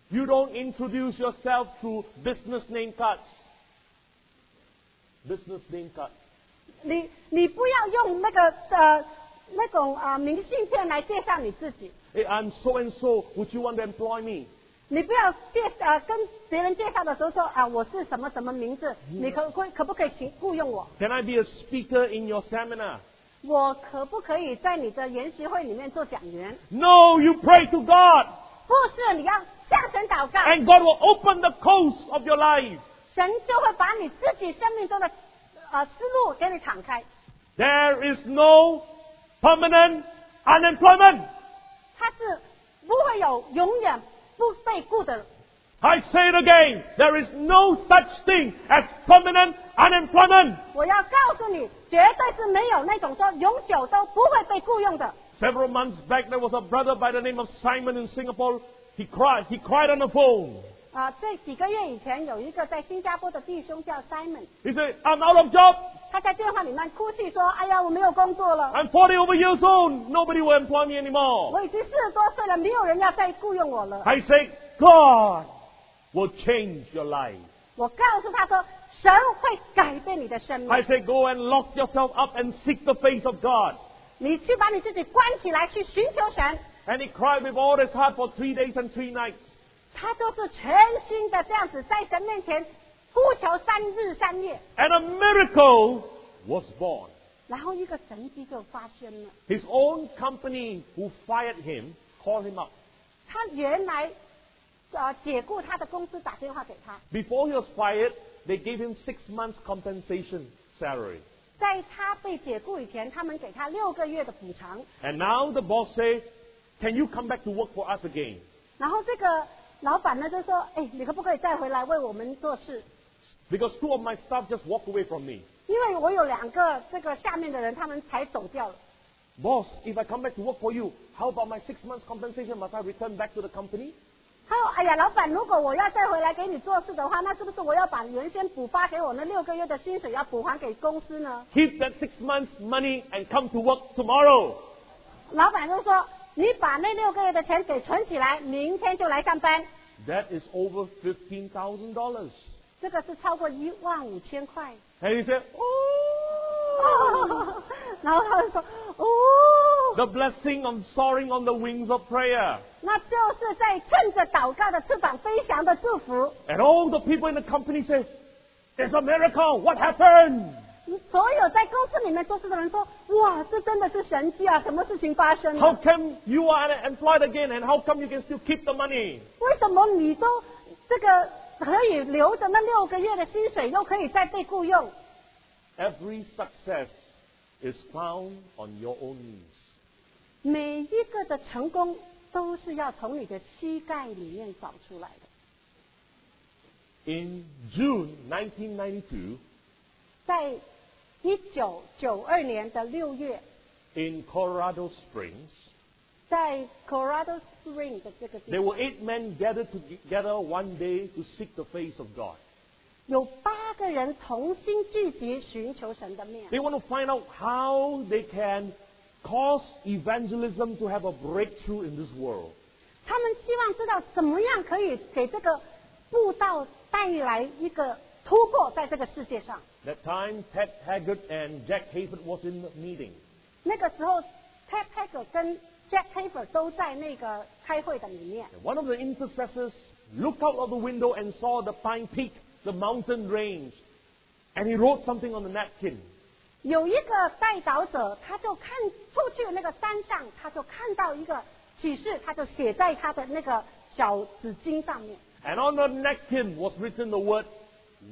You don't introduce yourself through business name cards. Business name cards. 你你不要用那个呃那种呃明信片来介绍你自己， Hey, I'm so and so. Would you want to employ me? 你不要介呃跟别人介绍的时候说啊、我是什么什么名字，你可可可不可以请雇佣我？ Can I be a speaker in your seminar? 我可不可以在你的研习会里面做讲员？ No, you pray to God. 不是，你要向神祷告， And God will open the coast of your life. 神就会把你自己生命中的呃思路给你敞开。 There is no permanent unemployment. 他是不会有永远不被雇的。 I say it again. There is no such thing as permanent unemployment. 我要告诉你，绝对是没有那种说永久都不会被雇佣的。 Several months back, there was a brother by the name of Simon in Singapore. He cried. He cried on the phone. 啊，这几个月以前有一个在新加坡的弟兄叫 Simon， He said, "I'm out of job. 他在电话里面哭泣说：“哎呀，我没有工作了， I'm 40 over years old. Nobody will employ me anymore." 我已经四十多岁了，没有人要再雇佣我了。 I say, God will change your life. ”我告诉他说：“神会改变你的生 I 命， say, go and lock yourself up and seek the face of God. 你去把你自己关起来，去寻求神。 And he cried with all his heart for three days and three nights. ”他都是全心的这样子在神面前呼求三日三夜。 And a miracle was born. 然后一个神迹就发生了。 His own company who fired him called him up. 他原来呃解雇他的公司打电话给他， Before he was fired, they gave him six months compensation salary. 在他被解雇以前，他们给他六个月的补偿。 And now the boss said, can you come back to work for us again? 然后这个老板呢就说：“哎，你可不可以再回来为我们做事？ Because two of my staff just walked away from me. 因为我有两个这个下面的人，他们才走掉了。 Boss, if I come back to work for you, how about my six months compensation? Must I return back to the company? 他说：哎呀，老板，如果我要再回来给你做事的话，那是不是我要把原先补发给我那六个月的薪水要补还给公司呢？” Keep that six months money and come to work tomorrow. 老板就说：“你把那六个月的钱给存起来，明天就来上班。” That is over $15,000. 这个是超过一万五千块。 And he said, "Oh, 哦，然后他就说， The 哦， blessing of soaring on the wings of prayer. 那就是在趁着祷告的翅膀飞翔的祝福。 And all the people in the company said, There's a miracle. What happened? 所有在公司里面做事的人说，哇，这真的是神迹啊！什么事情发生 How 了？ come you are unemployed again and how come you can still keep the money? 为什么你都这个可以留着那六个月的薪水，又可以再被雇佣？ Every success is found on your own knees. 每一个的成功都是要从你的膝盖里面找出来的。 In June 1992, 在一九九二年的六月， in Colorado Springs, 在 Colorado Spring 的这个地 There 方， were eight men gathered together one day to seek the face of God. 有八个人同心聚集寻求神的面， They want to find out how they can cause evangelism to have a breakthrough in this world. 他们希望知道怎么样可以给这个布道带来一个突破，在这个世界上。 That time, Ted Haggard and Jack Hayford was in the meeting. 那个时候，Ted Hager 跟 Jack Haber 都在那个开会的里面。 And one of the intercessors looked out of the window and saw the Pine Peak, the mountain range, and he wrote something on the napkin. 有一个代祷者，他就看出去那个山上，他就看到一个启示，他就写在他的那个小纸巾上面。 And on the napkin was written the word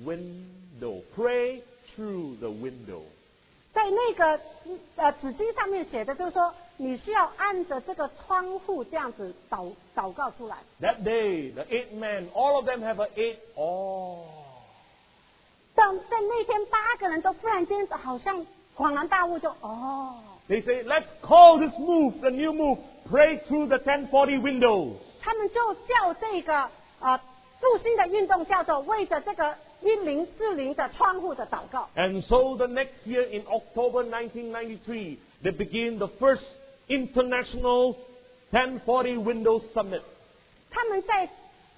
window. Pray through the window. 在那个呃纸巾上面写的，就是说你需要按着这个窗户这样子祷祷告出来。 That day, the eight men, all of them have a eight. Oh. 但在那天，八个人都忽然间好像恍然大悟就，哦， They say, let's call this move, the new move, pray through the 1040 windows. 他们就叫这个呃复兴的运动叫做为着这个一零四零的窗户的祷告。 And so the next year, in October 1993, they begin the first international 1040 Windows Summit. 他们在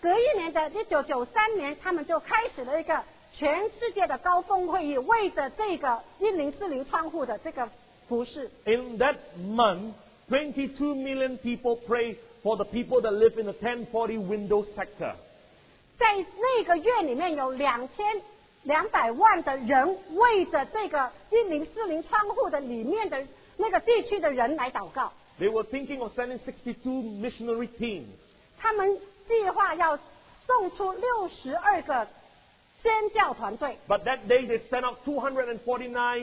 隔一年的一九九三年，他们就开始了一个全世界的高峰会议，为着这个一零四零窗户的这个服饰。 In that month, 22 million people pray for the people that live in the 1040 window sector. 在那个月里面有两千两百万的人为着这个一零四零窗户的里面的那个地区的人来祷告。 They were thinking of sending 62 missionary teams. 他们计划要送出六十二个宣教团队， But that day, they sent out 249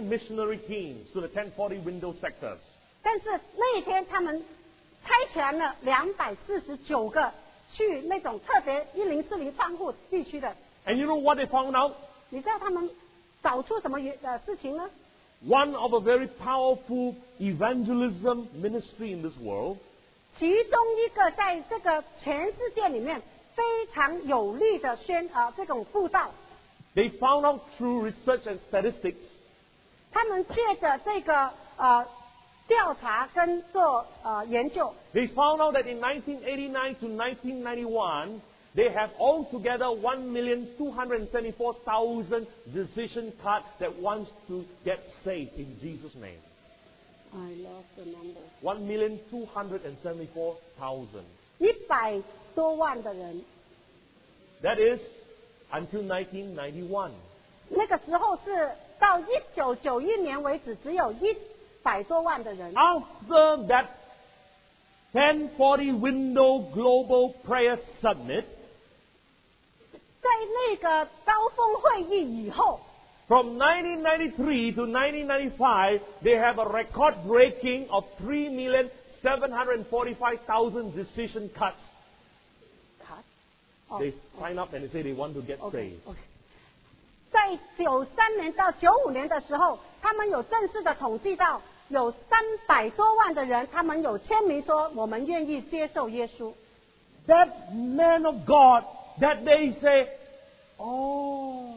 missionary teams to the 1040 window sectors. 但是那一天他们开全了两百四十九个去那种特别一零四零窗户地区的。 And you know what they found out? 你知道他们找出什么原呃事情呢？ One of a very powerful evangelism ministry in this world 其中一个在这个全世界里面非常有力的宣呃这种布道， They found out through research and statistics 他们借着这个呃调查跟做呃研究， They found out that in 1989 to 1991, they have altogether 1,274,000 decision cards that wants to get saved in Jesus' name. I love the number. 1,274,000. 一百多万的人， That is until 1991. 那个时候是到一九九一年为止，只有一百多万的人。 After that 1040 Window Global Prayer Summit, 在那个高峰会议以后， From 1993 to 1995, they have a record breaking of 3,745,000 decision cuts. 卡，哦 They sign up and they say they want to get ，OK saved. OK。在九三年到九五年的时候，他们有正式的统计到有三百多万的人，他们有签名说我们愿意接受耶稣。 That man of God, that day say, Oh,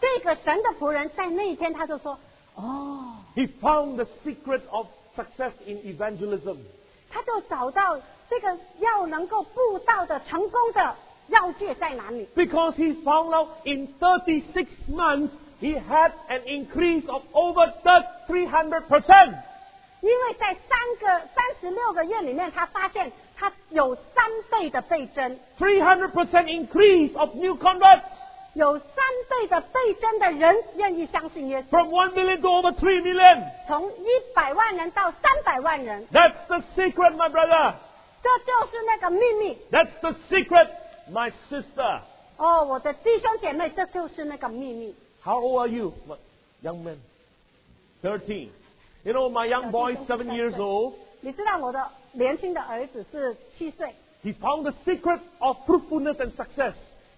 这个神的仆人在那一天他就说，哦， he found the secret of success in evangelism. 他就找到这个要能够布道的成功的要诀在哪里。 Because he found out in 36 months, he had an increase of over 300%. 因为在三个三十六个月里面，他发现他有三倍的倍增， 300% increase of new converts. 有三倍的倍增的人愿意相信耶稣， From 1 million to over 3 million. 从一百万人到三百万人， That's the secret, my brother. 这就是那个秘密 That's the secret, my sister. 哦，我的弟兄姐妹，这就是那个秘密。 How old are you, my young man? 13. You know, my young boy, 7 years old, 你知道我的年轻的儿子是七岁， he found the secret of fruitfulness and success.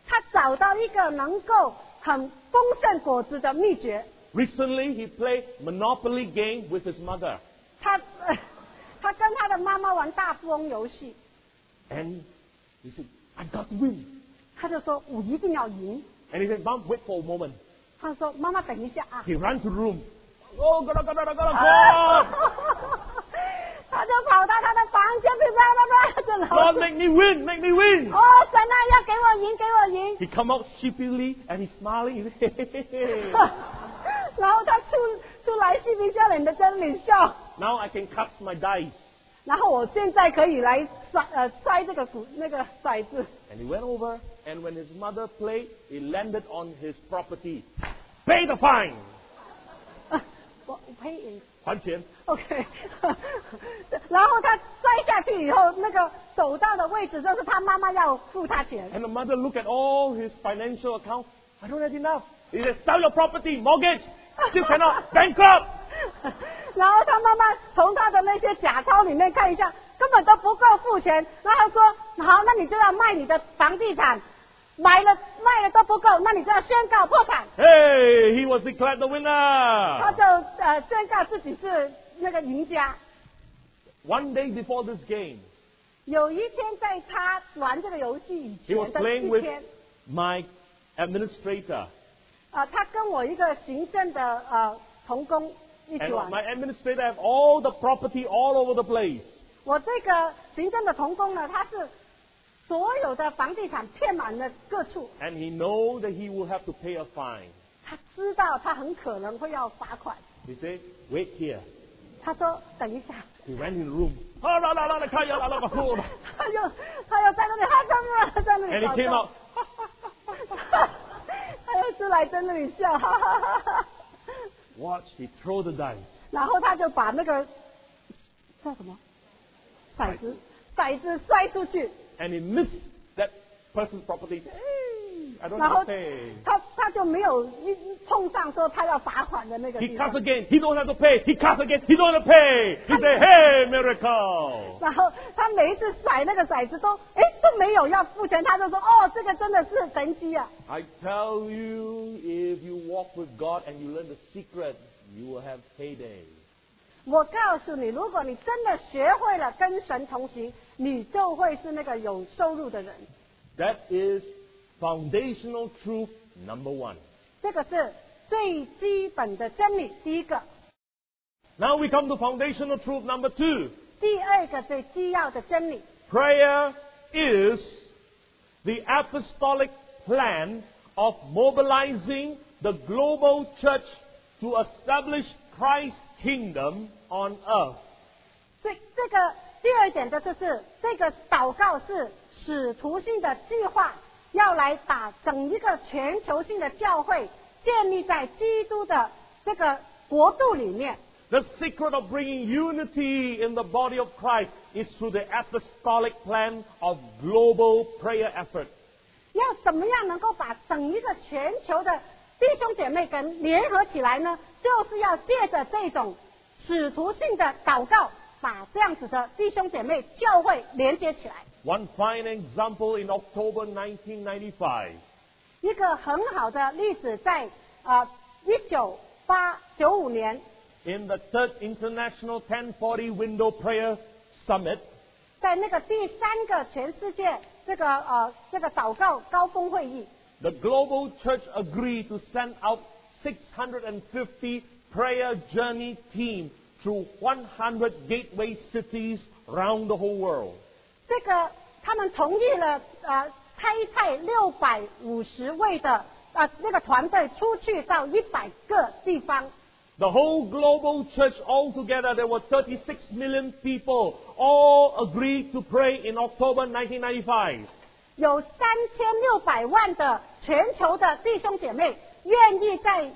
他找到一个能够很丰盛果子的秘诀， Recently, he played Monopoly game with his mother. 他、 他跟他的妈妈玩大富翁游戏， And he said, I've got to win. 他就说我一定要赢。 And he said, Mom, wait for a moment. 他说妈妈等一下啊， He ran to the room. Oh, gotta, gotta, gotta, gotta, go! 他就跑到他的房间去啦啦啦，就老 God, make me win, make me win! 哦神啊要给我赢给我赢， He come out sheepishly and he's smiling. He said, hey, hey, hey, hey. 然后他出出来嬉皮笑脸的真脸笑， Now I can cast my dice. 然后我现在可以来摔呃摔这个鼓那个骰子， And he went over, and when his mother played, he landed on his property. Pay the fine! 我我可以赢。还钱. OK，然后他摔下去以后，那个走到的位置就是他妈妈要付他钱， And the mother looked at all his financial account. I don't have enough. He said, sell your property, mortgage. Still cannot. Bankrupt. 然后他妈妈从他的那些假钞里面看一下，根本都不够付钱，然后他说好，那你就要卖你的房地产，买了卖了都不够，那你就要宣告破产， Hey, he was declared the 他 winner. 就呃宣告自己是那个赢家。 One day before this game, 有一天在他玩这个游戏以 he was 前的 playing 一 with 天。 my administrator. 啊，他跟我一个行政的呃同工一起 And 玩。 my administrator have all the property all over the place. 我这个行政的同工呢，他是所有的房地产骗满了各处， And he know that he will have to pay a fine. 他知道他很可能会要罚款。 He said, wait here. 他说等一下， He ran in the room. "Ah, la, la, la, la, kaya, la, la, la, la, la." 他又他又在那里，他在那里，在那 And 里 he 搞 came 笑 out.， 他又出来在那里笑，哈哈哈哈。 Watch, he throw the dice. 然后他就把那个叫什么骰子骰子摔出去。 And he missed that person's property. Hey, I don't 然 have 后 to pay. 他他就没有一碰上说他要罚款的那个 He 地方 cuts，again. He don't have to pay. He cuts again. He don't have to pay. He say, "Hey, miracle!" 然后他每一次甩那个骰子都哎都没有要付钱，他就说哦这个真的是神机啊！ I tell you, if you walk with God and you learn the secret, you will have payday. 我告诉你，如果你真的学会了跟神同行，你就会是那个有收入的人。 That is foundational truth number one. 这个是最基本的真理，第一个。 Now we come to foundational truth number two. 第二个最基要的真理， Prayer is the apostolic plan of mobilizing the global church to establish Christ's kingdom on earth. 这这个第二点的就是这个祷告是使徒性的计划，要来把整一个全球性的教会建立在基督的这个国度里面。 The secret of bringing unity in the body of Christ is through the apostolic plan of global prayer effort. 要怎么样能够把整一个全球的弟兄姐妹跟联合起来呢？就是要借着这种使徒性的祷告，把这样子的弟兄姐妹教会连接起来。 One fine example in October 1995, 一个很好的例子在啊一九八九五年， in the Third International 1040 Window Prayer Summit, 在那个第三个全世界这个呃这个祷告高峰会议， The global church agreed to send out 650 prayer journey team through 100 gateway cities around the whole world. 这个他们同意了呃开派六百五十位的呃那个团队出去到一百个地方， The whole global church altogether, there were 36 million people, all agreed to pray in October 1995. 有三千六百万的全球的弟兄姐妹愿意在一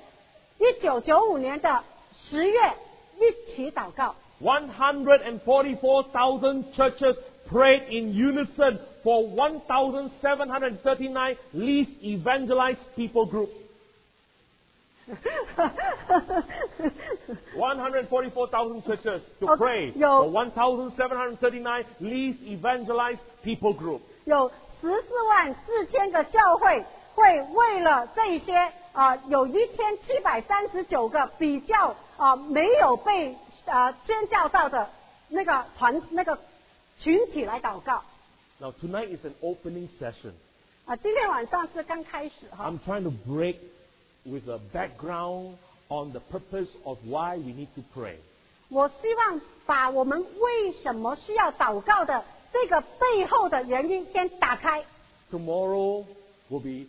九九五年的十月一起祷告。 144,000 churches prayed in unison for 1,739 least evangelized people groups. 144,000 churches to Okay, pray yo. for 1,739 least evangelized people group. 有十四万四千个教会会为了这些啊、呃有一千七百三十九个比较啊、呃没有被啊、呃宣教到的那个团那个群体来祷告。 Now, tonight is an opening session. 啊，今天晚上是刚开始哈， I'm trying to break with a background on the purpose of why we need to pray. 我希望把我们为什么需要祷告的这个背后的原因先打开。 Tomorrow will be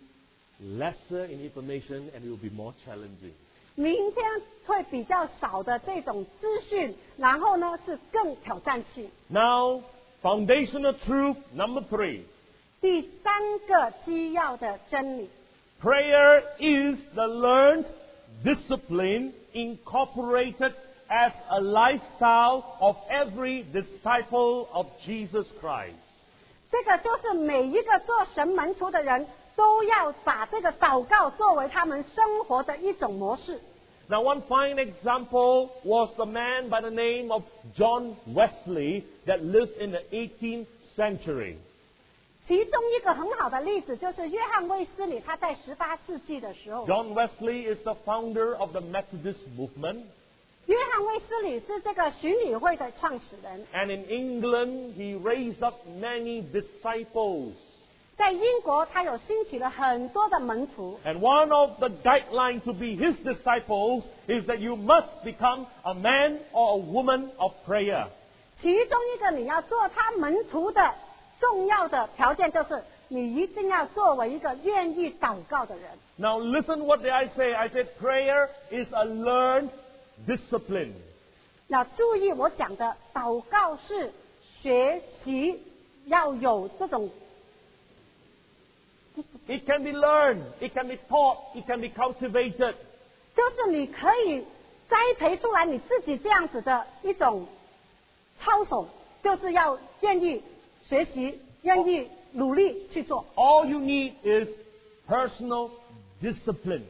lesser in information and it will be more challenging. 明天会比较少的这种资讯，然后呢是更挑战性。 Now, foundational truth number three. 第三个基要的真理， Prayer is the learned discipline incorporated as a lifestyle of every disciple of Jesus Christ. 这个就是每一个做神门徒的人都要把这个祷告作为他们生活的一种模式。 Now, one fine example was the man by the name of John Wesley that lived in the 18th century. 其中一个很好的例子就是约翰卫斯理，他在十八世纪的时候， John Wesley is the founder of the Methodist movement, 约翰卫斯理是这个巡礼会的创始人， and in England, he raised up many disciples. 在英国他有兴起了很多的门徒， And one of the guidelines to be his disciples is that you must become a man or a woman of prayer. 其中一个你要做他门徒的重要的条件就是你一定要作为一个愿意祷告的人。 Now listen what did I say? I said prayer is a learned discipline. 要注意我讲的祷告是学习要有这种， It can be learned, it can be taught, it can be cultivated. 就是你可以栽培出来你自己这样子的一种操守，就是要愿意学习，愿意努力去做。 All you need is personal discipline.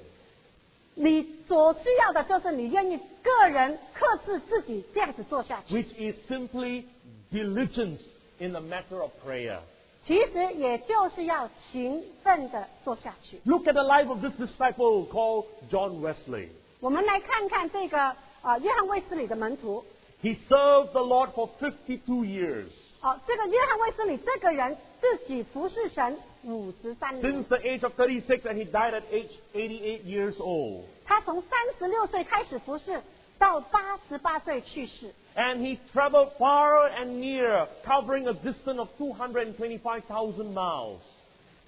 你所需要的就是你愿意个人克制自己这样子做下去， which is simply diligence in the matter of prayer. 其实也就是要勤奋的做下去。 Look at the life of this disciple called John Wesley. 我们来看看这个呃约翰卫斯理的门徒， He served the Lord for 52 years. 哦，这个约翰卫斯理这个人自己服侍神五十三 Since 年， the age of 36, and he died at age 88 years old. 他从三十六岁开始服侍，到八十八岁去世。 And he traveled far and near, covering a distance of 225,000 miles.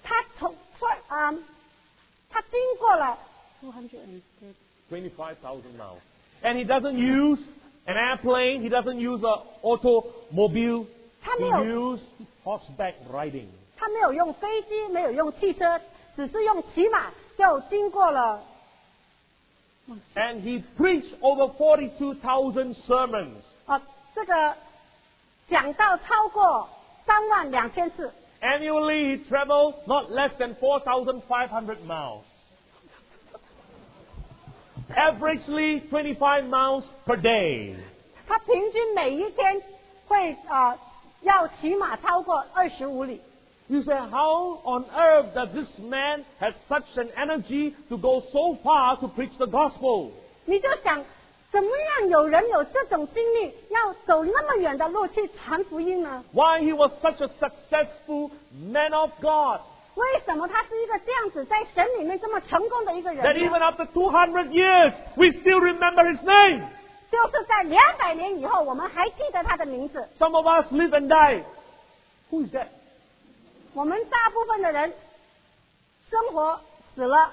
他从从嗯，他经过了25,000 miles. And he doesn't use an airplane, he doesn't use an automobile, he 他没有- used horseback riding. 他没有用飞机，没有用汽车，只是用骑马就经过了。 And he preached over 42,000 sermons. 呃，这个讲到超过三万两千次， Annually, he traveled not less than 4,500 miles. Averagely 25 miles per day. 他平均每一天会呃要骑马超过二十五里。 You say, how on earth does this man have such an energy to go so far to preach the gospel? 你就想，怎么样有人有这种经历，要走那么远的路去传福音呢？ Why he was such a successful man of God 为什么他是一个这样子在神里面这么成功的一个 that 人呢 even after 200 years we still remember his name? 就是在两百年以后，我们还记得他的名字。 Some of us live and die. Who is that? 我们大部分的人生活死了，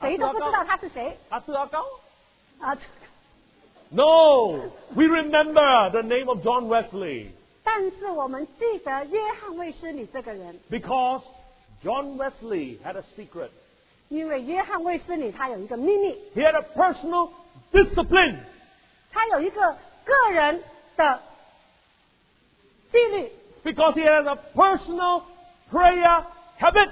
谁都不知道他是谁 Atu Akau? 啊。 No, we remember the name of John Wesley 但是我们记得约翰卫斯理这个人， because John Wesley had a secret. 因为约翰卫斯理他有一个秘密， He had a personal discipline. 他有一个个人的纪律。 Because he has a personal prayer habit.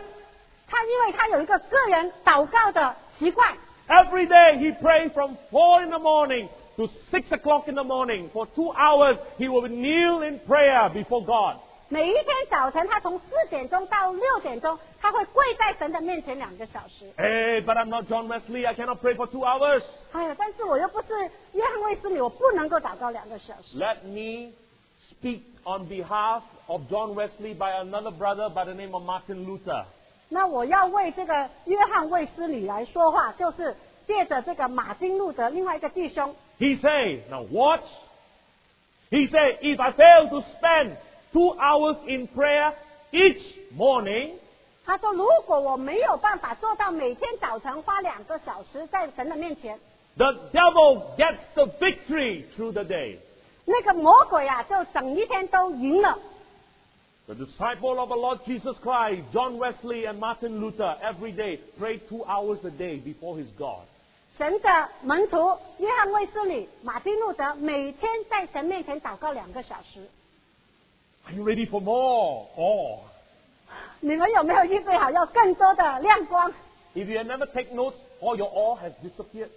他因为他有一个个人祷告的习惯， Every day he prays from 4 in the morning to 6 o'clock in the morning. For two hours he will kneel in prayer before God. 每一天早晨他从四点钟到六点钟，他会跪在神的面前两个小时。 Hey, but I'm not John Wesley. I cannot pray for two hours. 哎呀，但是我又不是约翰卫斯理，我不能够祷告两个小时。 Let me speak on behalf of John Wesley by another brother by the name of Martin Luther. 那我要为这个约翰卫斯理来说话，就是借着这个马丁路德另外一个弟兄， He said, now watch. He said, if I fail to spend two hours in prayer each morning, 他说如果我没有办法做到每天早晨花两个小时在神的面前， the devil gets the victory through the day. 那个魔鬼啊就整一天都赢了。 The disciple of our Lord Jesus Christ, John Wesley and Martin Luther, every day prayed two hours a day before his God. 神的门徒约翰卫斯理、马丁路德每天在神面前祷告两个小时。 Are you ready for more? Or 你们有没有预备好要更多的亮光？ if you have never take notes, all your awe has disappeared.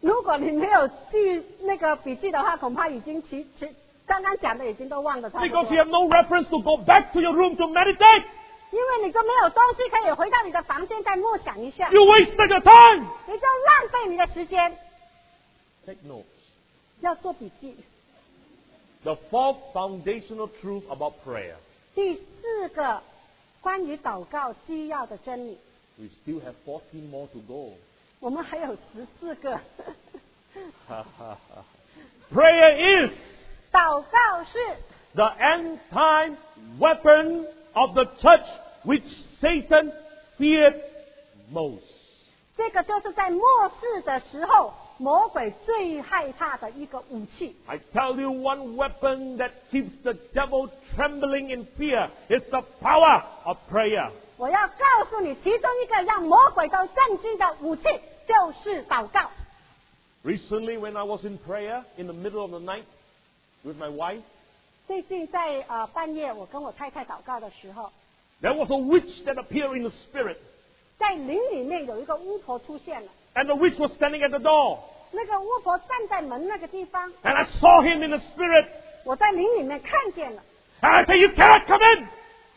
如果你没有记那个笔记的话，恐怕已经其其刚刚讲的已经都忘了差不 Because 多 you 了 have no reference to go back to your room to meditate. 因为你都没有东西可以回到你的房间再默想一下，你 You wasted your time. 就浪费你的时间。 Take notes. 要做笔记。 The fourth foundational truth about prayer. 第四个，关于祷告需要的真理， We still have 14 more to go. 我们还有十四个。 prayer is 祷告是 the end time weapon of the church which Satan feared most. 这个就是在末世的时候，魔鬼最害怕的一个武器。 I tell you one weapon that keeps the devil trembling in fear is the power of prayer. 我要告诉你，其中一个让魔鬼都震惊的武器就是祷告。 Recently when I was in prayer in the middle of the night with my wife, 最近在呃半夜，我跟我太太祷告的时候， there was a witch that appeared in the spirit 在林里面有一个巫婆出现了。 and the witch was standing at the door 那个巫婆站在门那个地方， and I saw him in the spirit 我在林里面看见了， and I said, you cannot come in.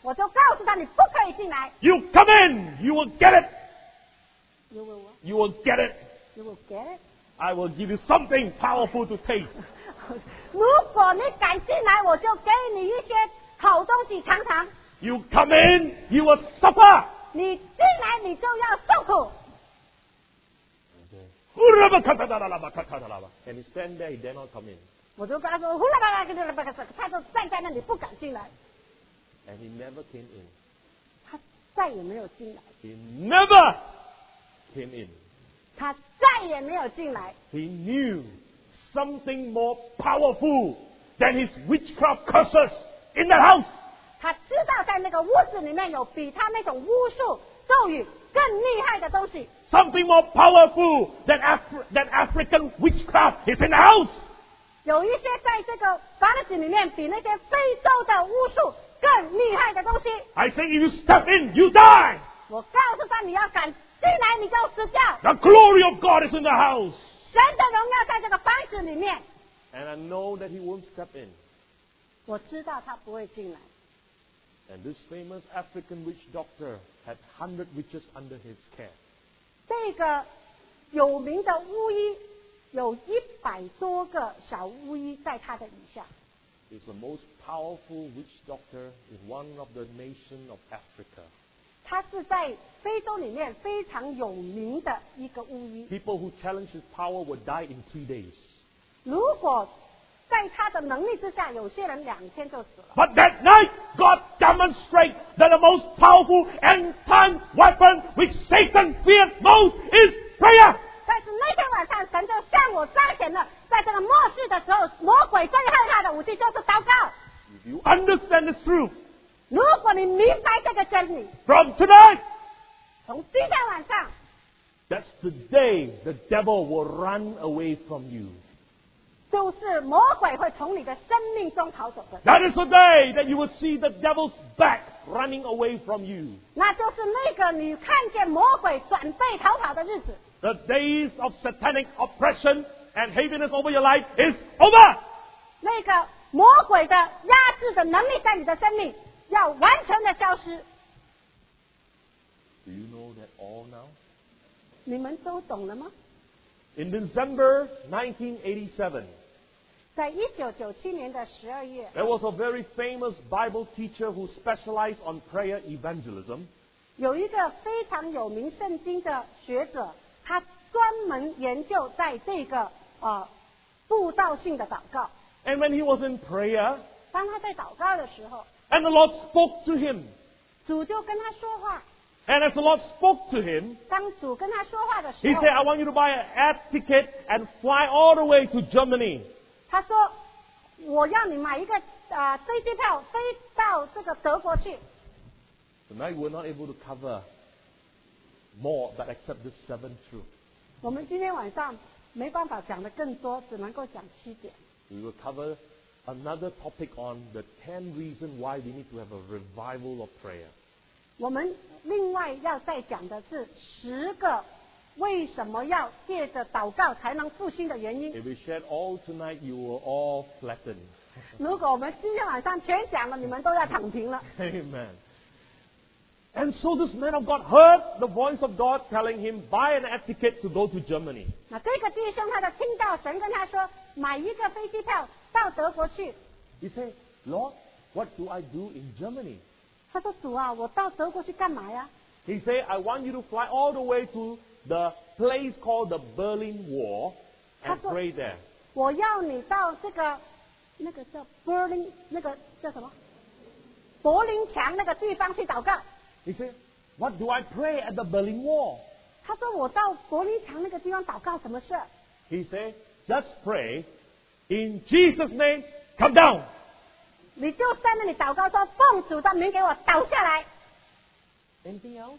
我就告诉她你不可以进来。 You come in. You will get it. You will what? You will get it. You will get it. I will give you something powerful to taste. 如果你敢进来，我就给你一些好东西尝尝。 You come in, you will suffer. 你进来你就要受苦。 And he stand there, he dare not come in. 我就跟他说呼啦啦啦啦啦啦啦，他就站在那里不敢进来， And he never came in. 他再也没有进来， He never came in. 他再也没有进来。 He knew something more powerful than his witchcraft curses in that house. 他知道在那个屋子里面有比他那种巫术咒语更厉害的东西， Something more powerful than, Afri- than African witchcraft is in the house. 有一些在这个房子里面比那些非洲的巫术更厉害的东西。 I say if you step in, you die. 我告诉他，你要敢进来，你就死掉。 The glory of God is in the house. 神的荣耀在这个房子里面， And I know that he won't step in. 我知道他不会进来。 And this famous African witch doctor had 100 witches under his care. 这个有名的巫医有一百多个小巫医在他的以下， He's the most powerful witch doctor in one of the nations of Africa. 他是在非洲里面非常有名的一个巫医。 People who challenge his power will die in three days. 如果在他的能力之下，有些人两天就死了。 But that night, God demonstrates that the most powerful end time weapon which Satan fears most is prayer. 但是那天晚上，神就向我彰显了，在这个末世的时候，魔鬼最害怕的武器就是祷告。 If you understand this truth, 如果你明白这个真理， from tonight, 从今天晚上， that's the day the devil will run away from you. 就是魔鬼会从你的生命中逃走的。 That is the day that you will see the devil's back running away from you. 那就是那个你看见魔鬼准备逃跑的日子， The days of satanic oppression and heaviness over your life is over. 那个魔鬼的压制的能力在你的生命要完全的消失。 Do you know that all now? 你们都懂了吗？ In December 1987, 在一九九七年的十二月， There was a very famous Bible teacher who specialized on prayer evangelism. 有一个非常有名圣经的学者，他专门研究在这个呃布道性的祷告。 And when he was in prayer, 当他在祷告的时候， and the Lord spoke to him, 主就跟他说话。 and as the Lord spoke to him, 当主跟他说话的 he 时候 said, I want you to buy an air ticket and fly all the way to Germany. 他说：“我要你买一个啊、呃飞机票飞到这个德国去。 Tonight we're not able to cover more, but except this seven truth. ”我们今天晚上没办法讲的更多，只能够讲七点。 We will cover another topic on the ten reasons why we need to have a revival of prayer. 我们另外要再讲的是十个为什么要借着祷告才能复兴的原因。 If we shared all tonight, you were all flattened. 如果我们今天晚上全讲了，你们都要躺平了。 Amen. And so this man of God heard the voice of God telling him, buy an air ticket to go to Germany. 那这个弟兄他的听到神跟他说，买一个飞机票到德国去。 He said, Lord, what do I do in Germany? 他说：“主啊，我到德国去干嘛呀？ He said, I want you to fly all the way to the place called the Berlin Wall and Pastor- pray there. 我要你到这个那个叫柏林，那个叫什么柏林墙那个地方去祷告。 He said, What do I pray at the Berlin Wall? ”他说：“我到柏林墙那个地方祷告什么事？ He said, Just pray, in Jesus' name, come down. 你就在那里祷告说，奉主的名给我倒下来。 Anything else? ”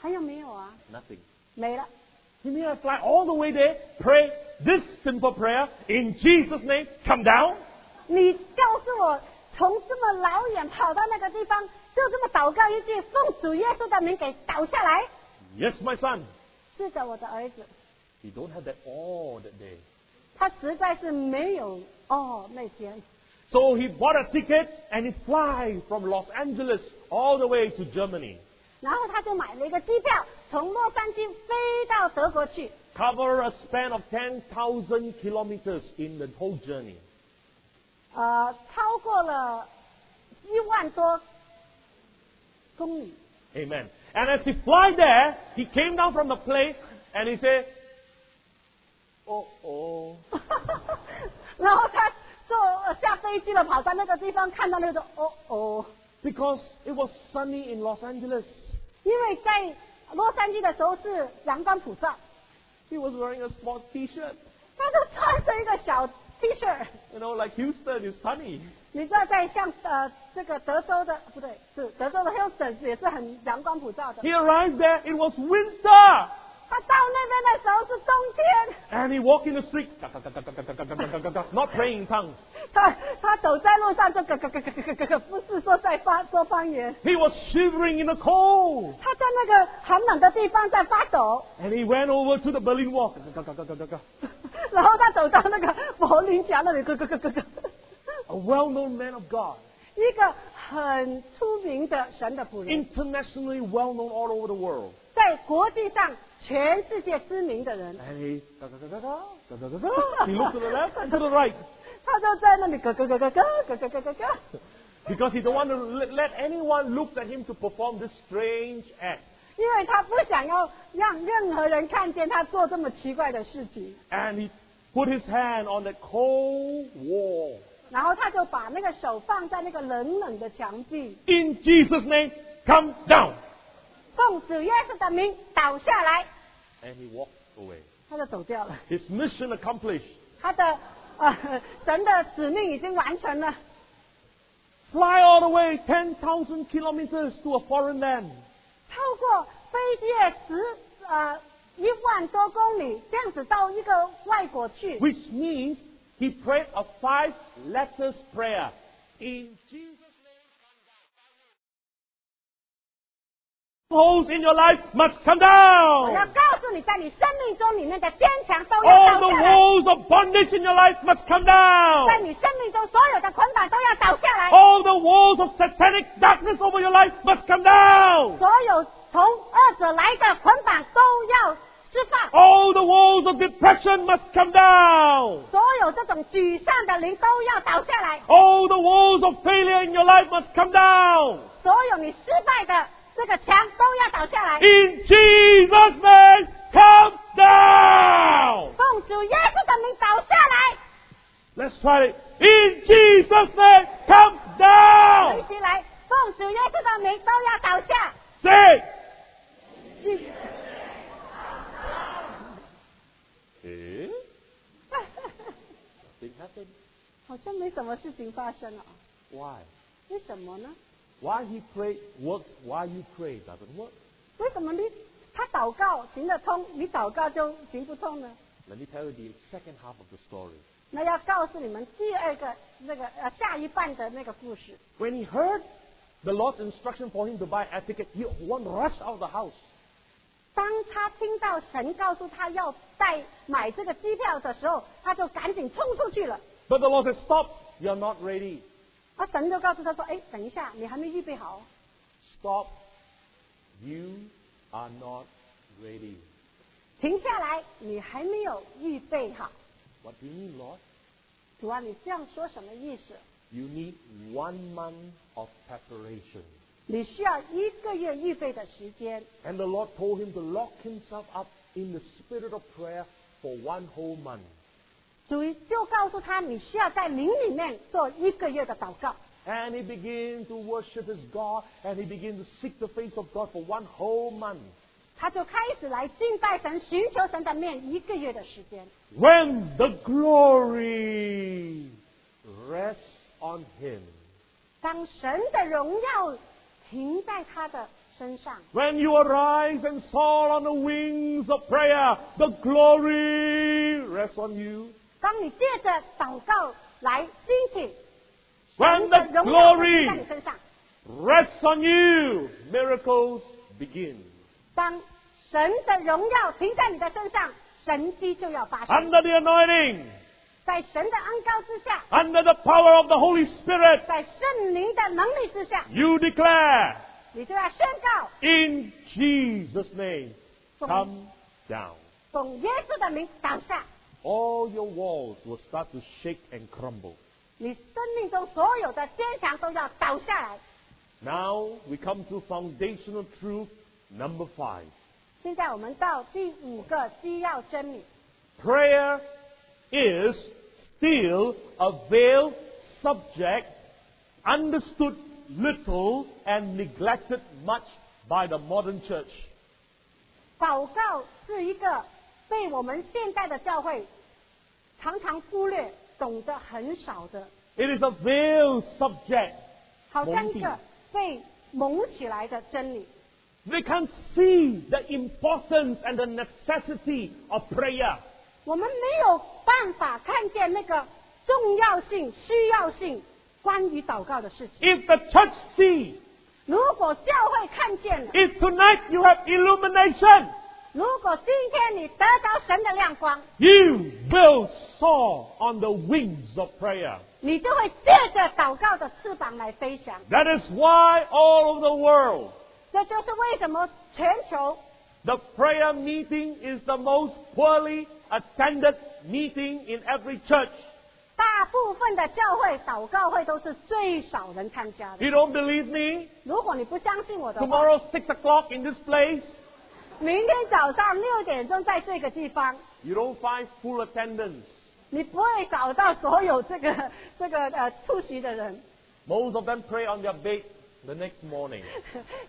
还有没有啊？ Nothing. 没了。 He made us fly all the way there, pray this simple prayer, in Jesus' name, come down. 你告诉我，从这么老远跑到那个地方，就这么祷告一句，奉主耶稣的名给倒下来。 Yes, my son. 是的，我的儿子， He don't have that all that day. 他实在是没有哦那天。 So he bought a ticket and he fly from Los Angeles all the way to Germany. 然后他就买了一个机票，从洛杉矶飞到德国去， Cover a span of 10,000 kilometers in the whole journey. 呃，超过了一万多公里。 Amen. And as he fly there, he came down from the plane and he said, Oh, oh. 然后他坐下飞机了，跑到那个地方，看到那个哦哦， Because it was sunny in Los Angeles. 因为在洛杉矶的时候是阳光普照， He was wearing a sports t-shirt. 他就穿着一个小 T 恤， You know, like Houston is sunny. 你知道在像呃这个德州的不对是德州的 Houston 也是很阳光普照的 He，arrived there, it was winter. 他到那边的时候是冬天。 And he walked in the street, not praying in tongues. 他他走在路上就咯咯咯咯咯咯咯，不是说在发说方言， He was shivering in the cold. 他在那个寒冷的地方在发抖， And he went over to the Berlin Wall. 然后他走到那个柏林墙那里咯咯咯咯咯， A well-known man of God, 一个很出名的神的仆人， internationally well-known all over the world. 在国际上全世界知名的人， And he, he looked to the left and to the right 他就在那里咯咯咯咯咯咯咯咯咯咯， because he don't want to let- let anyone look at him to perform this strange act. 因为他不想要让任何人看见他做这么奇怪的事情， And he put his hand on the cold wall. 然后他就把那个手放在那个冷冷的墙壁。 In Jesus' name, come down. 奉主耶稣的名倒下来， And he walked away. 他就走掉了。 His mission accomplished. 他的呃神的使命已经完成了。 Fly all the way 10,000 kilometers to a foreign land. 透过飞机的十呃一万多公里，这样子到一个外国去， Which means he prayed a five letters prayer. In Jesus' name, holes in your life must come 我要 down. 告诉你，在你生命中里面的坚强都要 All 倒 Oh, the 下来， walls of bondage in your life must come 在 down. 你生命中所有的捆绑都要倒下来， All the walls of satanic darkness over your life must come down. 所有从二者来的捆绑都要释放， All the walls of depression must come down. 所有这种沮丧的灵都要倒下来， All the walls of failure in your life must come down. 所有你失败的这个墙都要倒下来。 In Jesus' name, come down. 奉主耶稣的名倒下来， Let's try it. In Jesus' name, come down. 一起来，奉主耶稣的名都要倒下。 Say it. 好像没什么事情发生了、啊， Why? 为什么呢？ Why he prayed works, why you pray doesn't work. 为什么你他祷告行得通，你祷告就行不通呢？ Let me tell you the second half of the story. 那要告诉你们第二个那个呃下一半的那个故事。 When he heard the Lord's instruction for him to buy a ticket, he one rushed out of the house. 当他听到神告诉他要带买这个机票的时候，他就赶紧冲出去了。 But the Lord said, Stop, you're not ready. 啊，神就告诉他说：“哎，等一下，你还没预备好， Stop, you are not ready. 停下来，你还没有预备好。 What do you mean, Lord? ”主啊，你这样说什么意思？ You need one month of preparation. 你需要一个月预备的时间。 And the Lord told him to lock himself up in the spirit of prayer for one whole month. 主就告诉他，你需要在灵里面做一个月的祷告。 And he began to worship his God and he began to seek the face of God for one whole month. 他就开始来敬拜神，寻求神的面一个月的时间。 When the glory rests on him, 当神的荣耀停在他的身上， when you arise and soar on the wings of prayer, the glory rests on you. 当你借着祷告来兴起， When 神 the 的荣耀停 glory 在你身上。 rests on you, miracles begin. 当神的荣耀停在你的身上，神迹就要发生。 Under the anointing, 在神的恩高之下， under the power of the Holy Spirit, 在圣灵的能力之下， you declare, 你就要宣告 in Jesus' name, come down. 奉耶稣的名倒下。 All your walls will start to shake and crumble. 你生命中所有的坚强都要倒下来。 Now we come to foundational truth number five. 现在我们到第五个需要真理， Prayer is still a veiled subject, understood little and neglected much by the modern church. 祷告是一个被我们现代的教会常常忽略、懂得很少的， It is a veiled subject. 好像蒙一蔽个被蒙起来的真理。 They can't see the importance and the necessity of prayer. 我们没有办法看见那个重要性、需要性关于祷告的事情。 If the church see, 如果教会看见了， if tonight you have illumination, 如果今天你得到神的亮光， you will soar on the wings of prayer. 你就会借着祷告的翅膀来飞翔。 That is why all over the world, 这就是为什么全球 the prayer meeting is the most poorly attended meeting in every church. 大部分的教会祷告会都是最少人参加的。 You don't believe me? 如果你不相信我的话，嗯 Tomorrow, 6 o'clock in this place, 明天早上六点钟在这个地方， you don't find full attendance. 你不会找到所有这个 这个呃出席的人。 Most of them pray on their bed the next morning.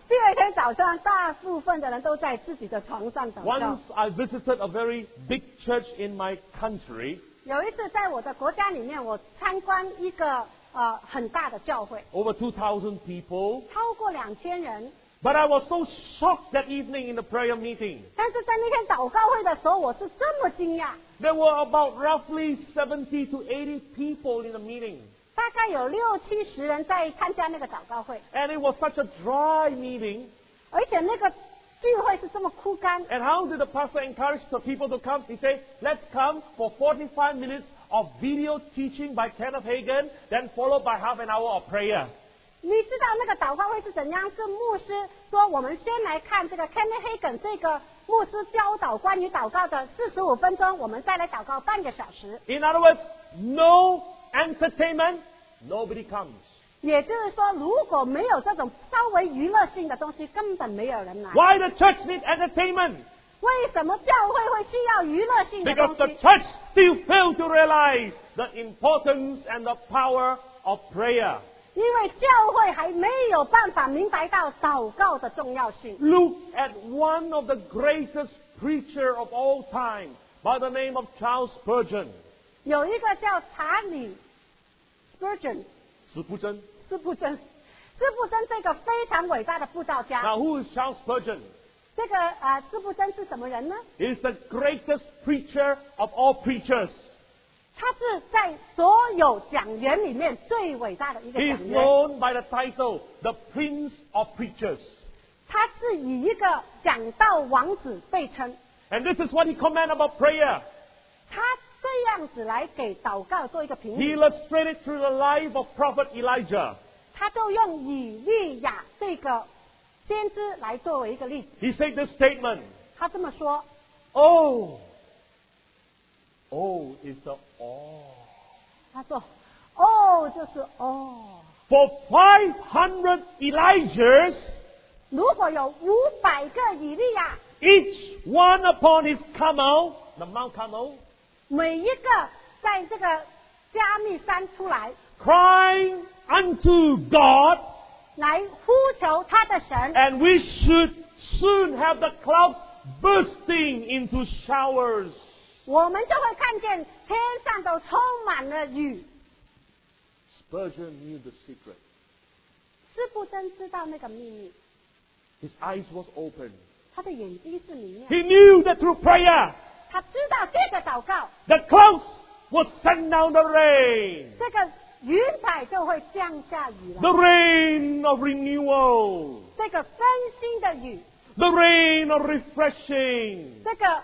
第二天早上，大部分的人都在自己的床上祷告 Once。I visited a very big church in my country, 有一次在我的国家里面，我参观一个呃很大的教会， over 2,000 people, 超过两千人。 but I was so shocked that evening in the prayer meeting. 但是在那天祷告会的时候，我是这么惊讶， There were about roughly 70 to 80 people in the meeting. 大概有六七十人在参加那个祷告会。 And it was such a dry meeting. 而且那个聚会是这么枯干， And how did the pastor encourage the people to come? He said, let's come for 45 minutes of video teaching by Kenneth Hagan, then followed by half an hour of prayer. 你知道那个祷告会是怎样？是牧师说，我们先来看这个 Kenny Hagen 这个牧师教导关于祷告的四十五分钟，我们再来祷告半个小时。 In other words, no entertainment, nobody comes. 也就是说，如果没有这种稍微娱乐性的东西，根本没有人来。 Why the church need entertainment? 为什么教会会需要娱乐性的 Because 东 the 西？ church still fail to realize the importance and the power of prayer. 因为教会还没有办法明白到祷告的重要性。 Look at one of the greatest preacher of all time by the name of Charles Spurgeon. 有一个叫查理 Spurgeon 斯普珍.斯布真，斯布真这个非常伟大的布道家。 Now who is Charles Spurgeon? 这个啊，斯布真是什么人呢？ He is the greatest preacher of all preachers. 他是在所有讲员里面最伟大的一个 He is 讲员。 known by the title, the Prince of Preachers. 他是以一个讲道王子被称。 And this is what he commented about prayer. 他这样子来给祷告做一个评 He 语， illustrated through the life of Prophet Elijah. 他就用以利亚这个先知来作为一个例子。 He said this statement 他这么说： Oh, oh is the oh. 他说，哦，就是哦， For 500 Elijahs, 如果有五百个以啊利亚， each one upon his camel, the Mount Camel, 每一个在这个加密山出来 crying unto God, 来呼求他的神， and we should soon have the clouds bursting into showers. 我们就会看见天上都充满了雨。 Spurgeon knew the secret. 师傅真知道那个秘密， His eyes was open. 他的眼睛是明亮， He knew that through prayer, 他知道这个祷告， the clouds would send down the rain. 这个云彩就会降下雨来 The。rain of renewal. 这个更新的雨， The rain of refreshing. 这个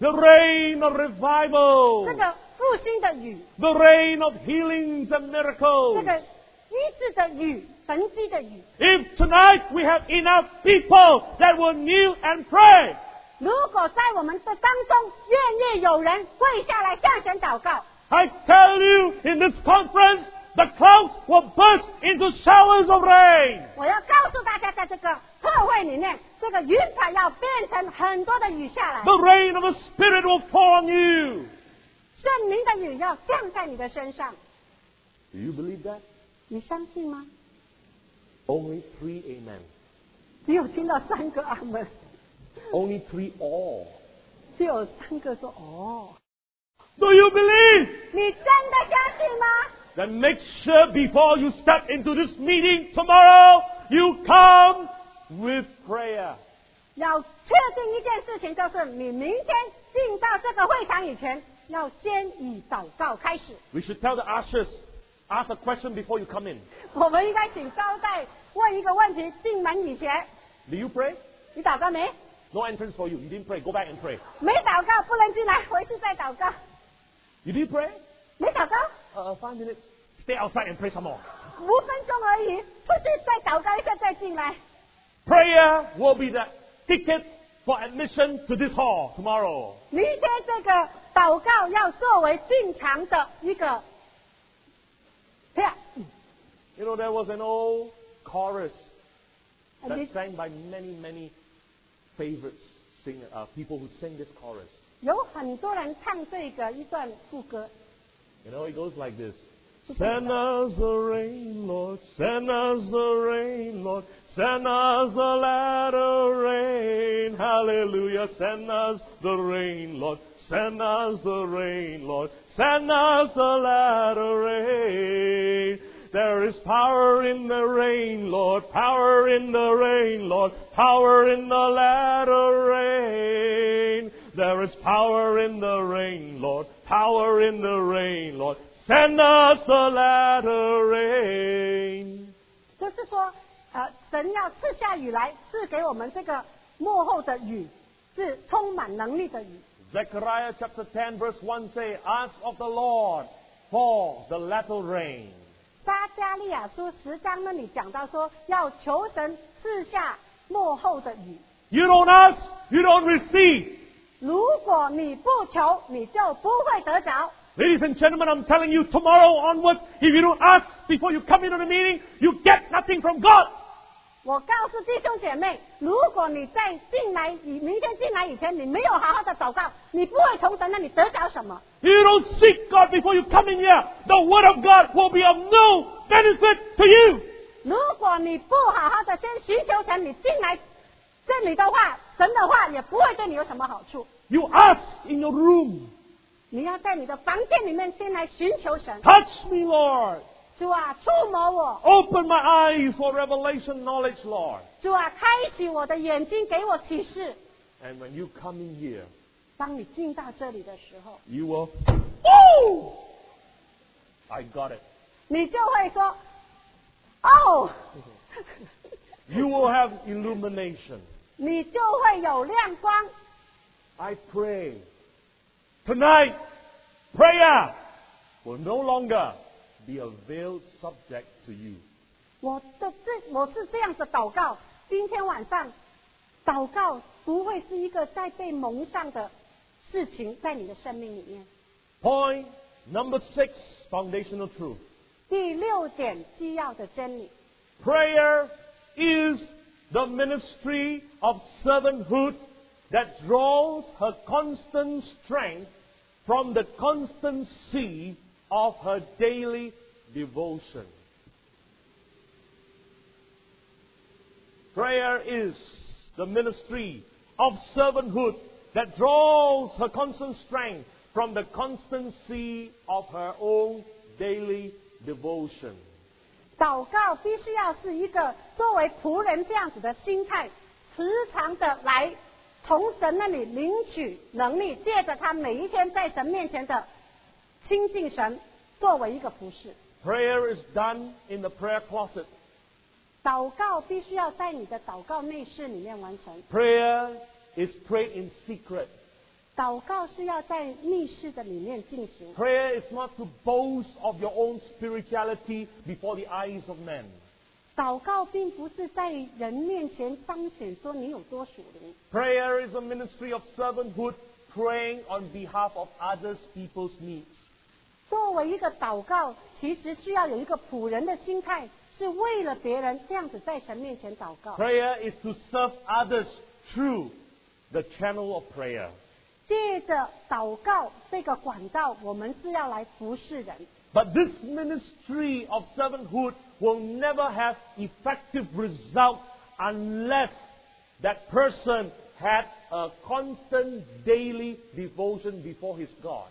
The rain of 这 revival. 个复兴的雨， The rain of healings and 这 miracles. 个医治的雨，神迹的雨。 If tonight we have enough people that will kneel and pray, 如果在我们的当中愿意有人跪下来向神祷告， I tell you in this conference, the clouds will burst into showers of rain. 我要告诉大家，在这个特会里面，这个云彩要变成很多的雨下来， The rain of the Spirit will fall on you. 圣灵的雨要降在你的身上， Do you believe that? 你相信吗？ Only three amen. 只有听到三个阿门， Only three all. 只有三个说哦， Do you believe? 你真的相信吗？ Then make sure before you step into this meeting tomorrow, you come with prayer. 要确定一件事情，就是你明天进到这个会场以前，要先以祷告开始。 We should tell the ushers, ask a question before you come in. 我们应该请招待问一个问题：进门以前， Do you pray? 你祷告没？ No entrance for you. You didn't pray. Go back and pray. 没祷告不能进来，回去再祷告。 You did pray? 没祷告， Uh, five minutes. Stay outside and pray some more. 五分钟而已，出去再祷告一下再进来。 Prayer will be the ticket for admission to this hall tomorrow. 明天这个祷告要作为进场的一个，对啊呀、 You know, there was an old chorus that 你 sang by many, many favorites, sing, uh, people who sing this chorus. 有很多人唱这个一段副歌， You know, it goes like this. Send Send us the rain, Lord. Send us the rain, Lord. Send us the latter rain. Hallelujah. Send us the rain, Lord. Send us the rain, Lord. Send us the latter rain. There is power in the rain, Lord. Power in the rain, Lord. Power in the latter rain. There is power in the rain, Lord. Power in the rain, Lord. Send us the latter rain. 就是说，呃，神要赐下雨来，赐给我们这个幕后的雨，是充满能力的雨。 Zechariah chapter 10 verse 1 say, Ask of the Lord for the latter rain. 《撒加利亚书十章那里讲到说，要求神赐下幕后的雨。 You don't ask, you don't receive. 如果你不求，你就不会得着。 Ladies and gentlemen, I'm telling you, tomorrow onwards, if you don't ask before you come into the meeting, you get nothing from God. 我告诉弟兄姐妹，如果你在进来以明天进来以前，你没有好好的祷告，你不会从神那里得着什么。 You don't seek God before you come in here. The Word of God will be of no benefit to you. 如果你不好好的先寻求神，你进来这里的话，神的话也不会对你有什么好处。 You ask in your room, 你要在你的房间里面先来寻求神， touch me, Lord. 主啊，触摸我， Open my eyes for revelation knowledge, Lord. 主啊，开启我的眼睛，给我启示。 And when you come in here, 当你进到这里的时候， you will, oh, I got it. 你就会说，哦， You will have illumination. 你就会有亮光。 I pray. Tonight, prayer will no longer be a veiled subject to you. 我的这我是这样的祷告，今天晚上祷告不会是一个在被蒙上的事情，在你的生命里面。 Point number six, foundational truth. 第六点需要的真理， Prayer is the ministry of servanthood that draws her constant strength from the constancy of her daily devotion. Prayer is the ministry of servanthood that draws her constant strength from the constancy of her own daily devotion. 祷告必须要是一个作为仆人这样子的心态，时常的来从神那里领取能力，借着他每一天在神面前的亲近神，作为一个服饰。 Prayer is done in the prayer closet. 祷告必须要在你的祷告内室里面完成， Prayer is prayed in secret. 祷告是要在密室的里面进行。 Prayer is not to boast of your own spirituality before the eyes of men. 祷告并不是在人面前彰显说你有多属灵， Prayer is a ministry of servanthood, praying on behalf of others people's needs. 作为一个祷告，其实需要有一个仆人的心态，是为了别人这样子在神面前祷告。 Prayer is to serve others through the channel of prayer. 借着祷告这个管道，我们是要来服侍人。 But this ministry of servanthood will never have effective result unless that person had a constant daily devotion before his God.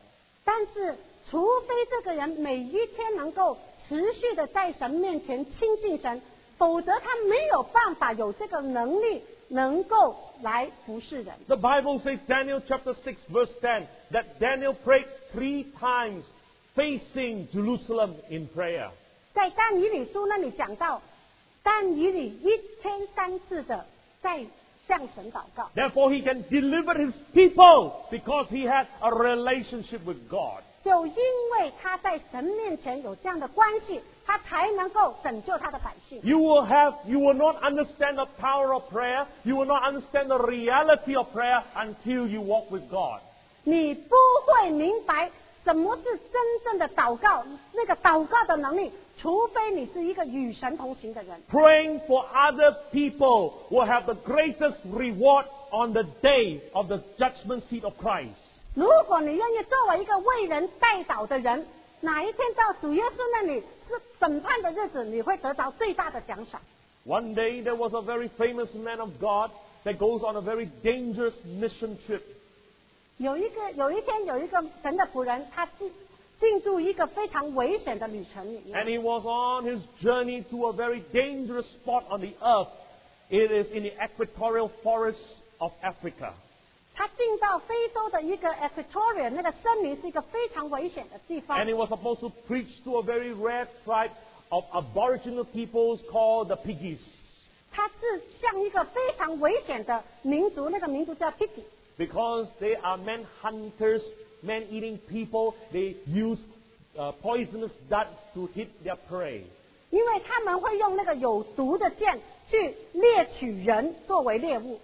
但是，除非这个人每一天能够持续的在神面前亲近神，否则他没有办法有这个能力，能够来服侍人。 The Bible says, Daniel chapter 6, verse 10, that Daniel prayed three times facing Jerusalem in prayer. 在但以理书那里讲到，但以理一天三次的在向神祷告， Therefore, he can deliver his people because he had a relationship with God. 就因为他在神面前有这样的关系，他才能够拯救他的百姓。 You will have, you will not understand the power of prayer. You will not understand the reality of prayer until you walk with God. 你不会明白什么是真正的祷告，那个祷告的能力，除非你是一个与神同行的人。 Praying for other people will have the greatest reward on the day of the judgment seat of Christ. 如果你愿意作为一个为人代祷的人，哪一天到主耶稣那里是审判的日子，你会得到最大的奖赏。 One day there was a very famous man of God that goes on a very dangerous mission trip. 有一个有一天有一个神的仆人，他进进入一个非常危险的旅程里面 And，he was on his journey to a very dangerous spot on the earth. It is in the equatorial forests of Africa. 他进到非洲的一个 Equatoria 那个森林是一个非常危险的地方 And he。was supposed to preach to a very rare tribe of aboriginal peoples called the Piggies. 他是向一个非常危险的民族，那个民族叫 Piki， Because they are men hunters, men eating people, they use uh, poisonous dart to hit their prey. 因为他们会用那个有毒的剑去猎取人作为猎物。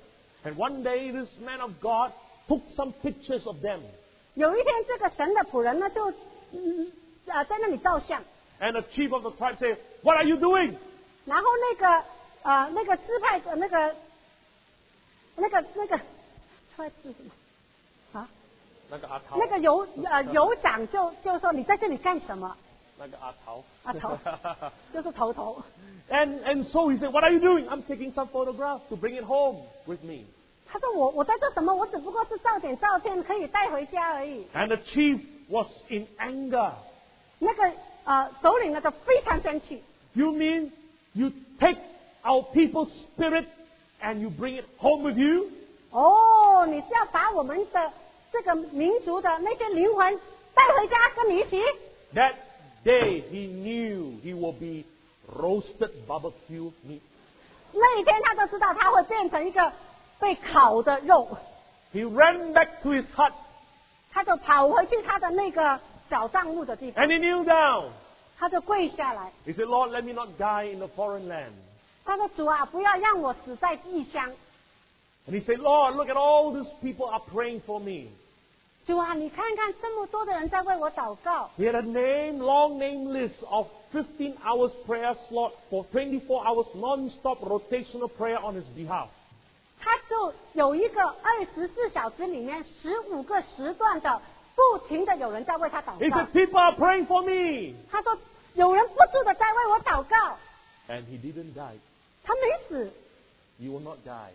And one day this man of God took some pictures of them. 有一天，这个神的仆人呢，就嗯啊、在那里照相， And the chief of the tribe said, What are you doing? 然后那个呃那个支派的那个那个那个出来是什么？啊，那个阿桃。那个酋呃酋长就就说你在这里干什么？那个阿桃。阿桃。就是头头。 and, and so he said, What are you doing? I'm taking some photographs to bring it home with me. 他说我我在做什么？我只不过是照点照片，可以带回家而已。 And the chief was in anger. 那个呃首领呢就非常生气， You mean you take our people's spirit and you bring it home with you? 哦，你是要把我们的这个民族的那些灵魂带回家跟你一起？ That day he knew he will be roasted barbecue meat. 那一天他就知道他会变成一个被烤的肉， He ran back to his hut 他就跑回去他的那个小帐目的地方， and he kneeled down. 他就跪下来， He said, Lord, let me not die in a foreign land. 他说：“主啊，不要让我死在异乡。 And he said, Lord, look at all these people are praying for me. 主啊，你看看这么多的人在为我祷告， He had a name, long name list of 15 hours prayer slot for 24 hours non-stop rotational prayer on his behalf. 他就有一个二十四小时里面十五个时段的不停的有人在为他祷 He 告 said,。people are praying for me. 他说有人不住的在为我祷告， And he didn't die. 他没死， You will not die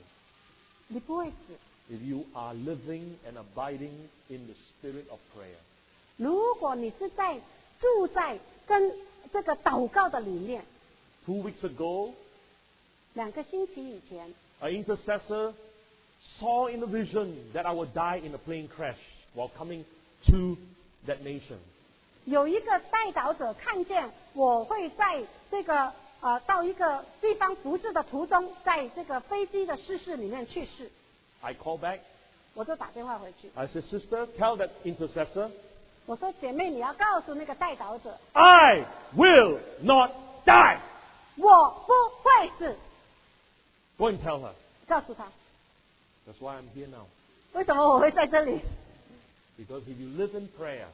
你不会死。 if you are living and abiding in the spirit of prayer. 如果你是在住在跟这个祷告的里面， Two weeks ago, 两个星期以前， an intercessor saw in a vision that I would die in a plane crash while coming to that nation. 有一个代祷者看见我会在这个呃到一个地方服侍的途中，在这个飞机的失事里面去世， I called back. 我就打电话回去， I said, Sister, tell that intercessor, 我说姐妹，你要告诉那个代祷者， I will not die. 我不会死， Go and tell her. 告诉他， That's why I'm here now. 为什么我会在这里？ Because if you live in prayer,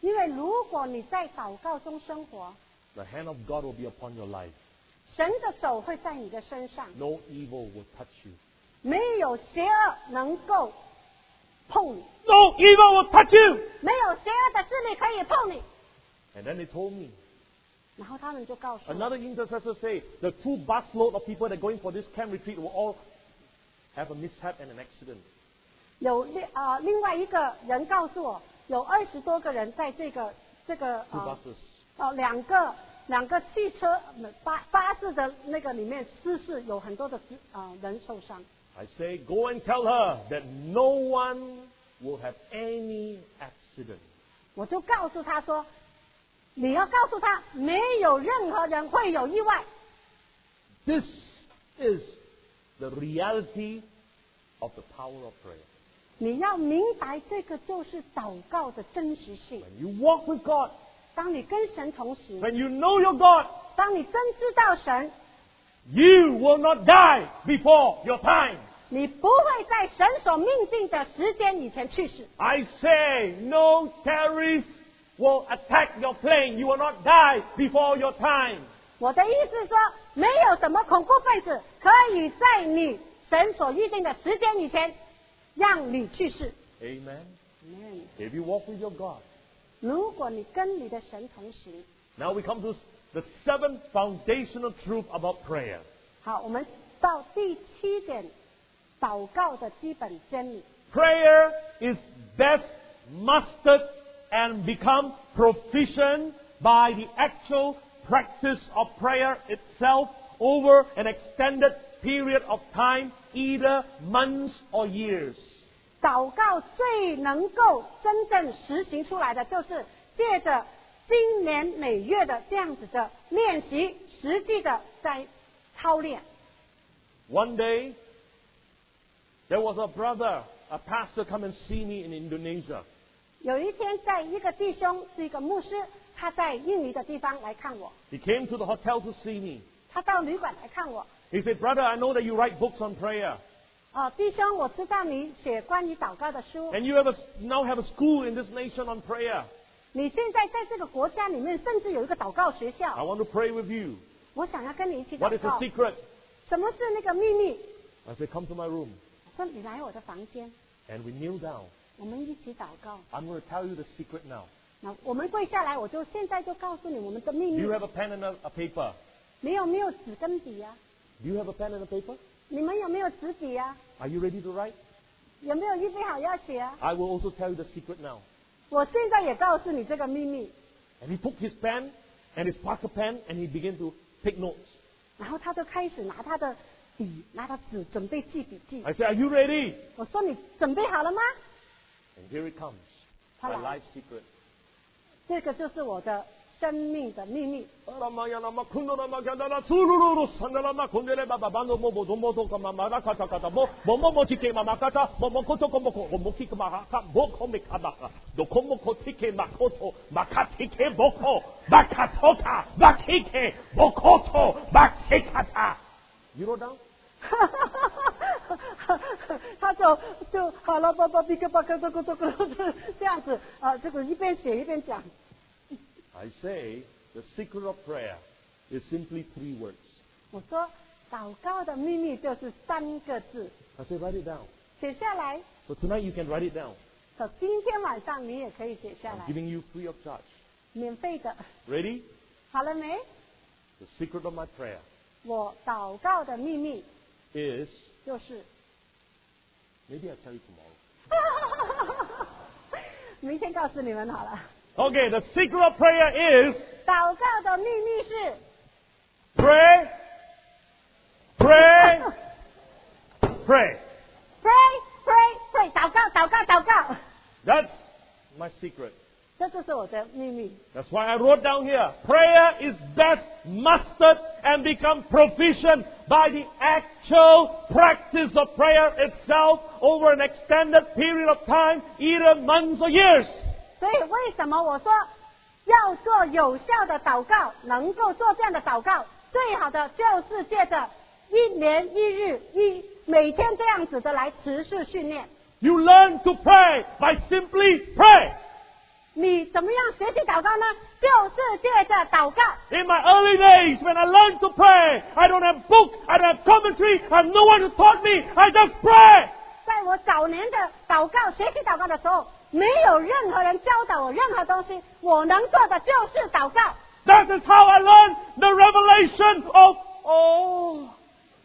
因为如果你在祷告中生活， the hand of God will be upon your life. 神的手会在你的身上， No evil will touch you. 没有邪恶能够碰你， No evil will touch you. 没有邪恶的势力可以碰你。 And then they told me. 然后他们就告诉我， Another intercessor say the two busload of people that are going for this camp retreat will all have a mishap and an accident. 有另呃另外一个人告诉我，有二十多个人在这个这个 Two 呃 buses. 呃两个两个汽车呃巴巴士的那个里面失事，有很多的失呃人受伤。 I say, go and tell her that no one will have any accident. 我就告诉他说，你要告诉他，没有任何人会有意外。 This is the reality of the power of prayer. 你要明白，这个就是祷告的真实性。 When you walk with God, 当你跟神同时， when you know your God, 当你真知道神， you will not die before your time. 你不会在神所命定的时间以前去世。 I say, no terrorists will attack your plane. You will not die before your time. 我的意思是说，没有什么恐怖分子可以在你神所预定的时间以前让你去世。 Amen. Amen If you walk with your God. 如果你跟你的神同时， Now we come to the seventh foundational truth about prayer. 好，我们到第七点，祷告的基本真理。 Prayer is best mastered and become proficient by the actual practice of prayer itself over an extended period of time, either months or years. 祷告最能够真正实行出来的，就是借着今年每月的这样子的练习，实际的在操练。 One day, there was a brother, a pastor, come and see me in Indonesia. 有一天，在一个弟兄是一个牧师，他在印尼的地方来看我， He came to the hotel to see me. 他到旅馆来看我。 He said, Brother, I know that you write books on prayer. 哦，弟兄，我知道你写关于祷告的书， And you have a, now have a school in this nation on prayer. 你现在在这个国家里面甚至有一个祷告学 I 校， want to pray with you. 我想要跟你一起 What 祷 is the 告。 secret? 什么是那个秘密？ I said, Come to my room. 我说你来我的房间， And we kneel down. 我们一起祷告。 I'm going to tell you the secret now. 那我们跪下来，我就现在就告诉你我们的秘 Do 密 you。have a pen and a, a paper? 没有没有纸跟笔啊？ Do you have a pen and a paper? 你们有没有纸笔啊？ Are you ready to write? 有没有预备好要写啊？ I will also tell you the secret now. 我现在也告诉你这个秘密。 And he took his pen and his marker pen and he began to take notes. 然后他就开始拿他的笔，拿他纸，准备记笔记。 I said, Are you ready? 我说你准备好了吗？ And here it comes. My Hello. life secret. 这个就是我的生命的秘密。 You wrote down? 他就就好了，巴巴比克巴克这个这个这样子啊、这个一边写一边讲。 I say the secret of prayer is simply three words. 我说祷告的秘密就是三个字， I say write it down. 写下来。 So tonight you can write it down. 可今天晚上你也可以写下 I'm 来， giving you free of charge. 免费的。 Ready? 好了没？ The secret of my prayer 我祷告的秘密 is 就是， maybe I'll tell you tomorrow. 明天告诉你们好了。 Okay, the secret of prayer is 祷告的秘密是 pray, pray, pray. pray pray pray，祷告祷告祷告， That's my secret. 这就是我的秘密。 That's why I wrote down here. Prayer is best mastered and become proficient by the actual practice of prayer itself over an extended period of time, either months or years. 所以为什么我说要做有效的祷告，能够做这样的祷告，最好的就是借着一年一日一每天这样子的来持续训练。 You learn to pray by simply pray. 你怎么样学习祷告呢？就是借着祷告。 In my early days, when I learned to pray, I don't have books, I don't have commentary, I have no one who taught me. I just pray. 在我早年的祷告、学习祷告的时候，没有任何人教导我任何东西，我能做的就是祷告。 That is how I learned the revelation of oh.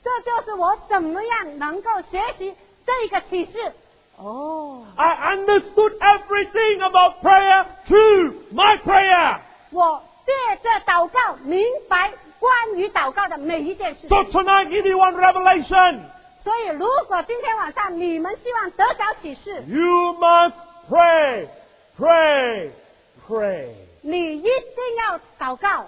这就是我怎么样能够学习这个启示。哦， I understood everything about prayer through my prayer. 我借着祷告明白关于祷告的每一件事 So 情。 tonight, if you want revelation, 所以，如果今天晚上你们希望得着启示， you must pray, pray, pray. 你一定要祷告，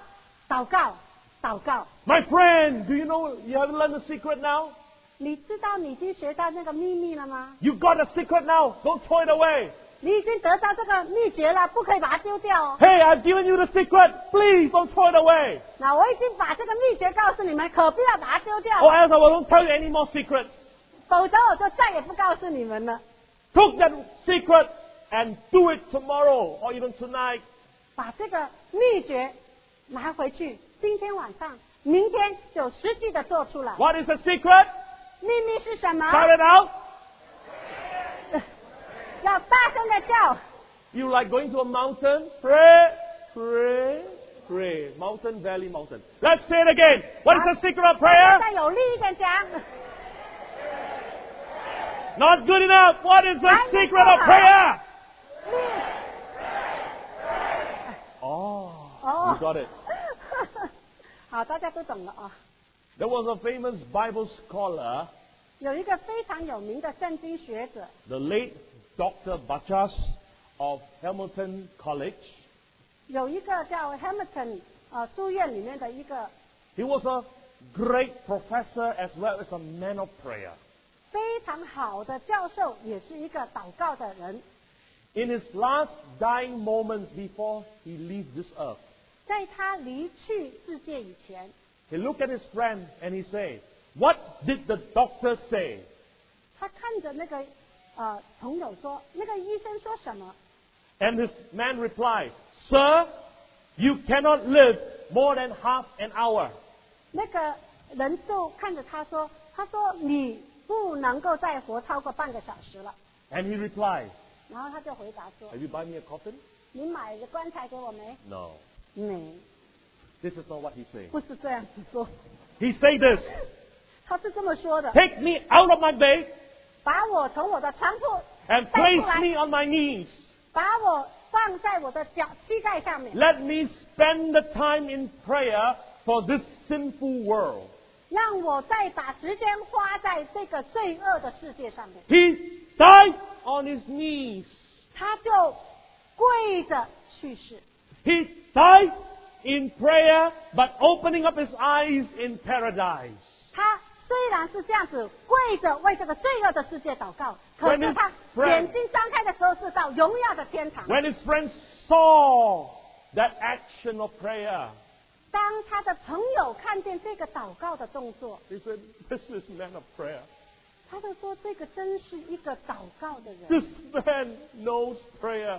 祷告，祷告。 My friend, do you know you haven't learned the secret now? 你知道你已经学到那个秘密了吗？ You've got a secret now. Don't throw it away. 你已经得到这个秘诀了，不可以把它丢掉哦。 Hey, I've given you the secret. Please don't throw it away. 那我已经把这个秘诀告诉你们，可不要把它丢掉 Or else I won't tell you any more secrets. 否则我就再也不告诉你们了。 Took that secret and do it tomorrow or even tonight. 把这个秘诀拿回去，今天晚上、明天就实际的做出来。 What is the secret? 秘密是什么？ Shout it out. 要大声的叫。 You like going to a mountain? Pray, pray, pray. Mountain, valley, mountain. Let's say it again. What is the secret of 要 prayer? 再有力一点讲。 Not good enough. What is the I need secret of more. prayer? 秘 Oh, Oh. you got it. 好，大家都懂了啊、 There was a famous Bible scholar, 有一个非常有名的圣经学者， the late Dr. Bachas of Hamilton College. 有一个叫 Hamilton 呃书院里面的一个 He was a great professor as well as a man of prayer. 非常好的教授，也是一个祷告的人。 In his last dying moments before he leaves this earth, 在他离去世界以前， he looked at his friend and he said, What did the doctor say? 他看着那个呃朋友说，那个医生说什么？ And this man replied, Sir, you cannot live more than half an hour. 那个人就看着他说，他说你不能够再活超过半个小时了。 And he replied, 然后他就回答说 Have you buy me a coffin? 你买个棺材给我没？ No. 没， This is not what he said. 不是这样子说， He said this, 他是这么说的： Take me out of my bed 把我从我的床铺 and 带出 place 来， me on my knees. 把我放在我的脚膝盖上面， Let me spend the time in prayer for this sinful world. 让我再把时间花在这个罪恶的世界上面。 He died on his knees. 他就跪着去世， He died in prayer, but opening up his eyes in paradise. 他虽然是这样子跪着为这个罪恶的世界祷告，可 When 是 his 他 friend- 眼睛张开的时候是到荣耀的天堂。 When his friends saw that action of prayer, 当他的朋友看见这个祷告的动作， they said, This is man of prayer. 他就说：“这个真是一个祷告的人， This man knows prayer.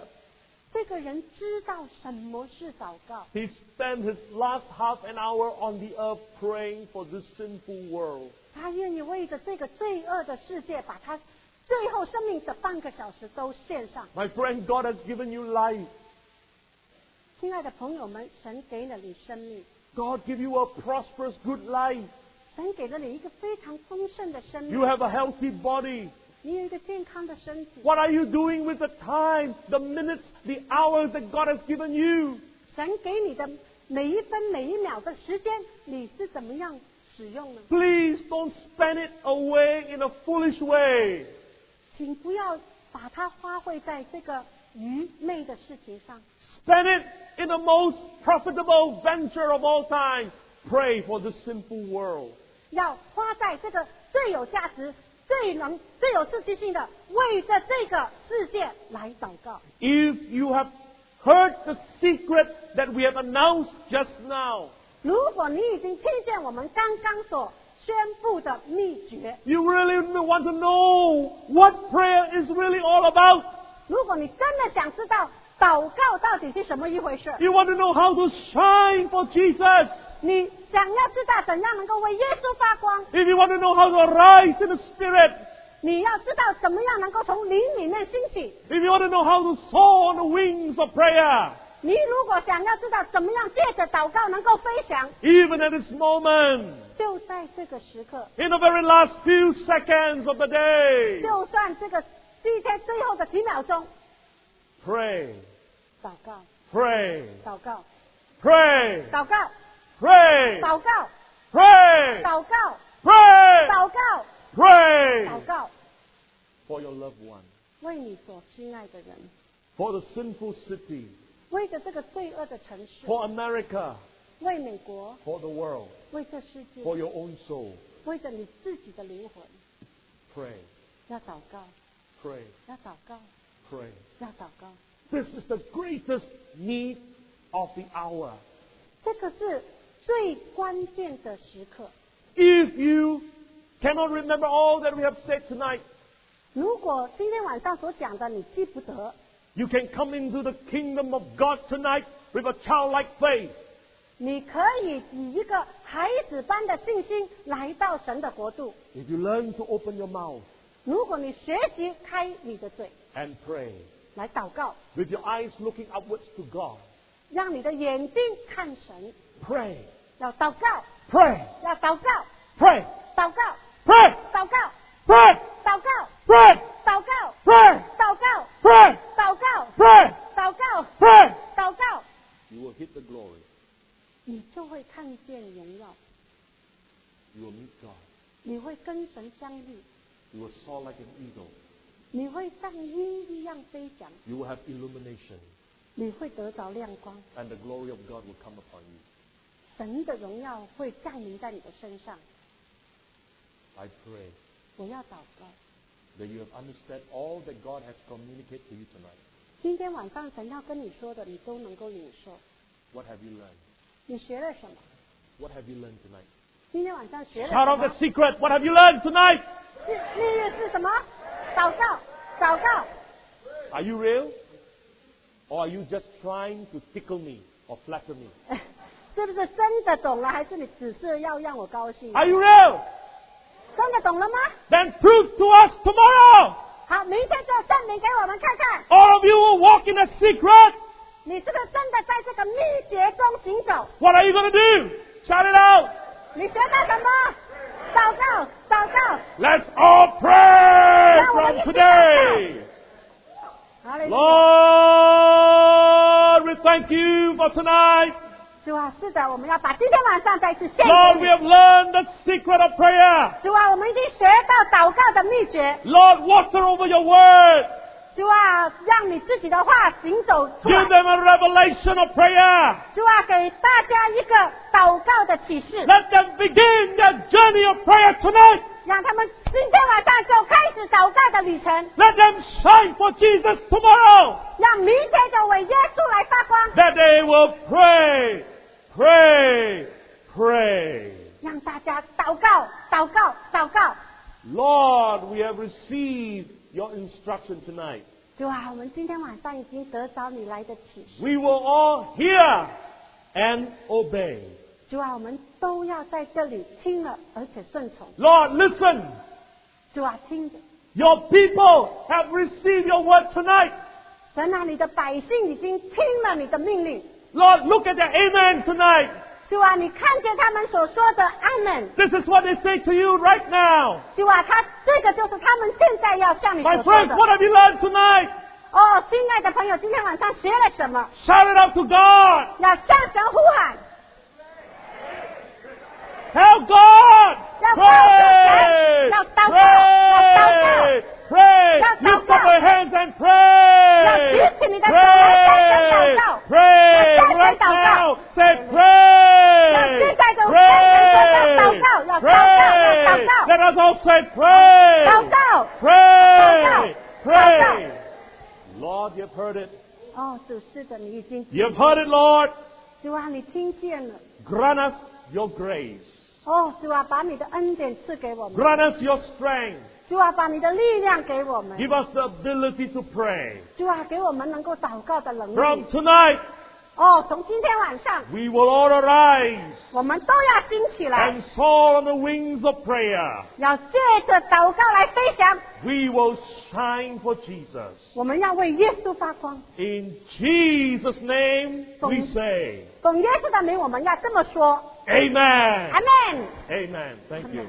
这个人知道什么是祷告。 He spent his last half an hour on the earth praying for this sinful world. 他愿意为着这个罪恶的世界，把他最后生命的半个小时都献上。 My friend, God has given you life. ”亲爱的朋友们，神给了你生命， God give you a prosperous, good life. 神给了你一个非常丰盛的生 You 命， have a healthy body. 你有一个健康的身体。 What are you doing with the time, the minutes, the hours that God has given you? 神给你的每一分每一秒的时间，你是怎么样使用呢？ Please don't spend it away in a foolish way. 请不要把它花费在这个愚昧的事情上。 Spend it in the most profitable venture of all time. Pray for this sinful world. 要花在这个最有价值、最能、最有刺激性的，为着这个世界来祷告。 If you have heard the secret that we have announced just now, 如果你已经听见我们刚刚所宣布的秘诀， you really want to know what prayer is really all about. 如果你真的想知道祷告到底是什么一回事， You want to know how to shine for Jesus. 你想要知道怎样能够为耶稣发光， If you want to know how to arise in the Spirit, 你要知道怎么样能够从灵里面兴起， if you want to know how to soar on the wings of prayer, 你如果想要知道怎么样借着祷告能够飞翔， even at this moment, 就在这个时刻， in the very last few seconds of the day, 就算这个第一天最后的几秒钟， pray, 祷告， pray, 祷告， pray, 祷告， pray, 祷告， pray, 祷告， pray, 祷告， pray 祷告， for your loved one, 为你所亲爱的人， for the sinful city, 为着这个罪恶的城市， for America, 为美国， for the world, 为这世界， for your own soul. 为着你自己的灵魂， Pray, 要祷告， pray, 要祷告， pray. 要祷告。 This is the greatest need of the hour. 这个是最关键的时刻。 If you cannot remember all that we have said tonight, 如果今天晚上所讲的你记不得， you can come into the kingdom of God tonight with a childlike faith. 你可以以一个孩子般的信心来到神的国度。 If you learn to open your mouth 如果你学习开你的嘴 and pray, 来祷告， with your eyes looking upwards to God, 让你的眼睛看神， pray, 要祷告， pray, 要祷告， pray, 祷告， pray, 祷告， pray, 祷告， pray, 祷告， pray, 祷告， pray, 祷告， pray, 祷告， pray. 祷告， You will hit the glory. 你就会看见荣耀， You will meet God. 你会跟神相遇， You will soar like an eagle. 你会像鹰一样飞翔， You will have illumination, 你会得着亮光， and the glory of God will come upon you. 神的荣耀会降临在你的身上。 I pray. 我要祷告， that you have understood all that God has communicated to you tonight. 今天晚上神要跟你说的，你都能够领受。 What have you learned? 你学了什么？ What have you learned tonight? 今天晚上学了什 Shout out 么 the？secret. What have you learned tonight? 是那日是什么？祷告，祷告。 Are you real? Or are you just trying to tickle me or flatter me? 是不是真的懂了？还是你只是要让我高兴？ Are you real? 真的懂了吗？ Then prove to us tomorrow. 好，明天就证明给我们看看， All of you who walk in the secret, 你是不是真的在这个秘诀中行走？ what are you going to do? Shout it out. 你学到什么？祷告，祷告。 Let's all pray from today. 好嘞， Lord, we thank you for tonight. 主啊，是的，我们要把今天晚上再次献给 Lord, we 你。 have learned the secret of prayer. 主啊，我们已经学到祷告的秘诀。 Lord, water over your word. 主啊，让你自己的话行走出 Give 来。 them a revelation of prayer. 主啊，给大家一个祷告的启示， Let them begin their journey of prayer tonight. 让他们今天晚上就开始祷告的旅程， Let them shine for Jesus tomorrow. 让明天就为耶稣来发光， That they will pray, pray, pray. 让大家祷告、祷告、祷告。 Lord, we have received your instruction tonight. 主啊，我们今天晚上已经得着你来的启示。 We will all hear and obey. 主啊，我们都要在这里听了，而且顺从。 Lord, listen. 主啊，听着， Your people have received your word tonight. 神啊，你的百姓已经听了你的命令。 Lord, look at their amen tonight. 主啊，你看见他们所说的阿门。 This is what they say to you right now. 主啊，他这个就是他们现在要向你 My 所说 friends, 的。 what have you learned tonight? 哦，亲爱的朋友，今天晚上学了什么？ Shout it out to God. 要向神呼喊， Tell God. Pray. Pray. Pray. Lift up your hands and pray. Pray. Pray. Right now. Say pray. Pray. Pray. Let us all say pray. 祷告。 Pray! Pray! Lord, you've heard it. 哦，主是的，你已经 You've heard it, Lord. 主啊，你听见了。 Grant us your grace. 哦，主啊，把你的恩典赐给我们， Grant us your strength. 主啊，把你的力量给我们， Give us the ability to pray. 主啊，给我们能够祷告的能 From 力。 tonight, 哦，从今天晚上， we will all arise 我们都要兴起来 and，soar on the wings of prayer. 要借着祷告来飞翔。 We will shine for Jesus. 我们要为耶稣发光。 In Jesus' name, we say, 奉耶稣的名，我们要这么说 Amen. ，Amen。 Amen. Thank you.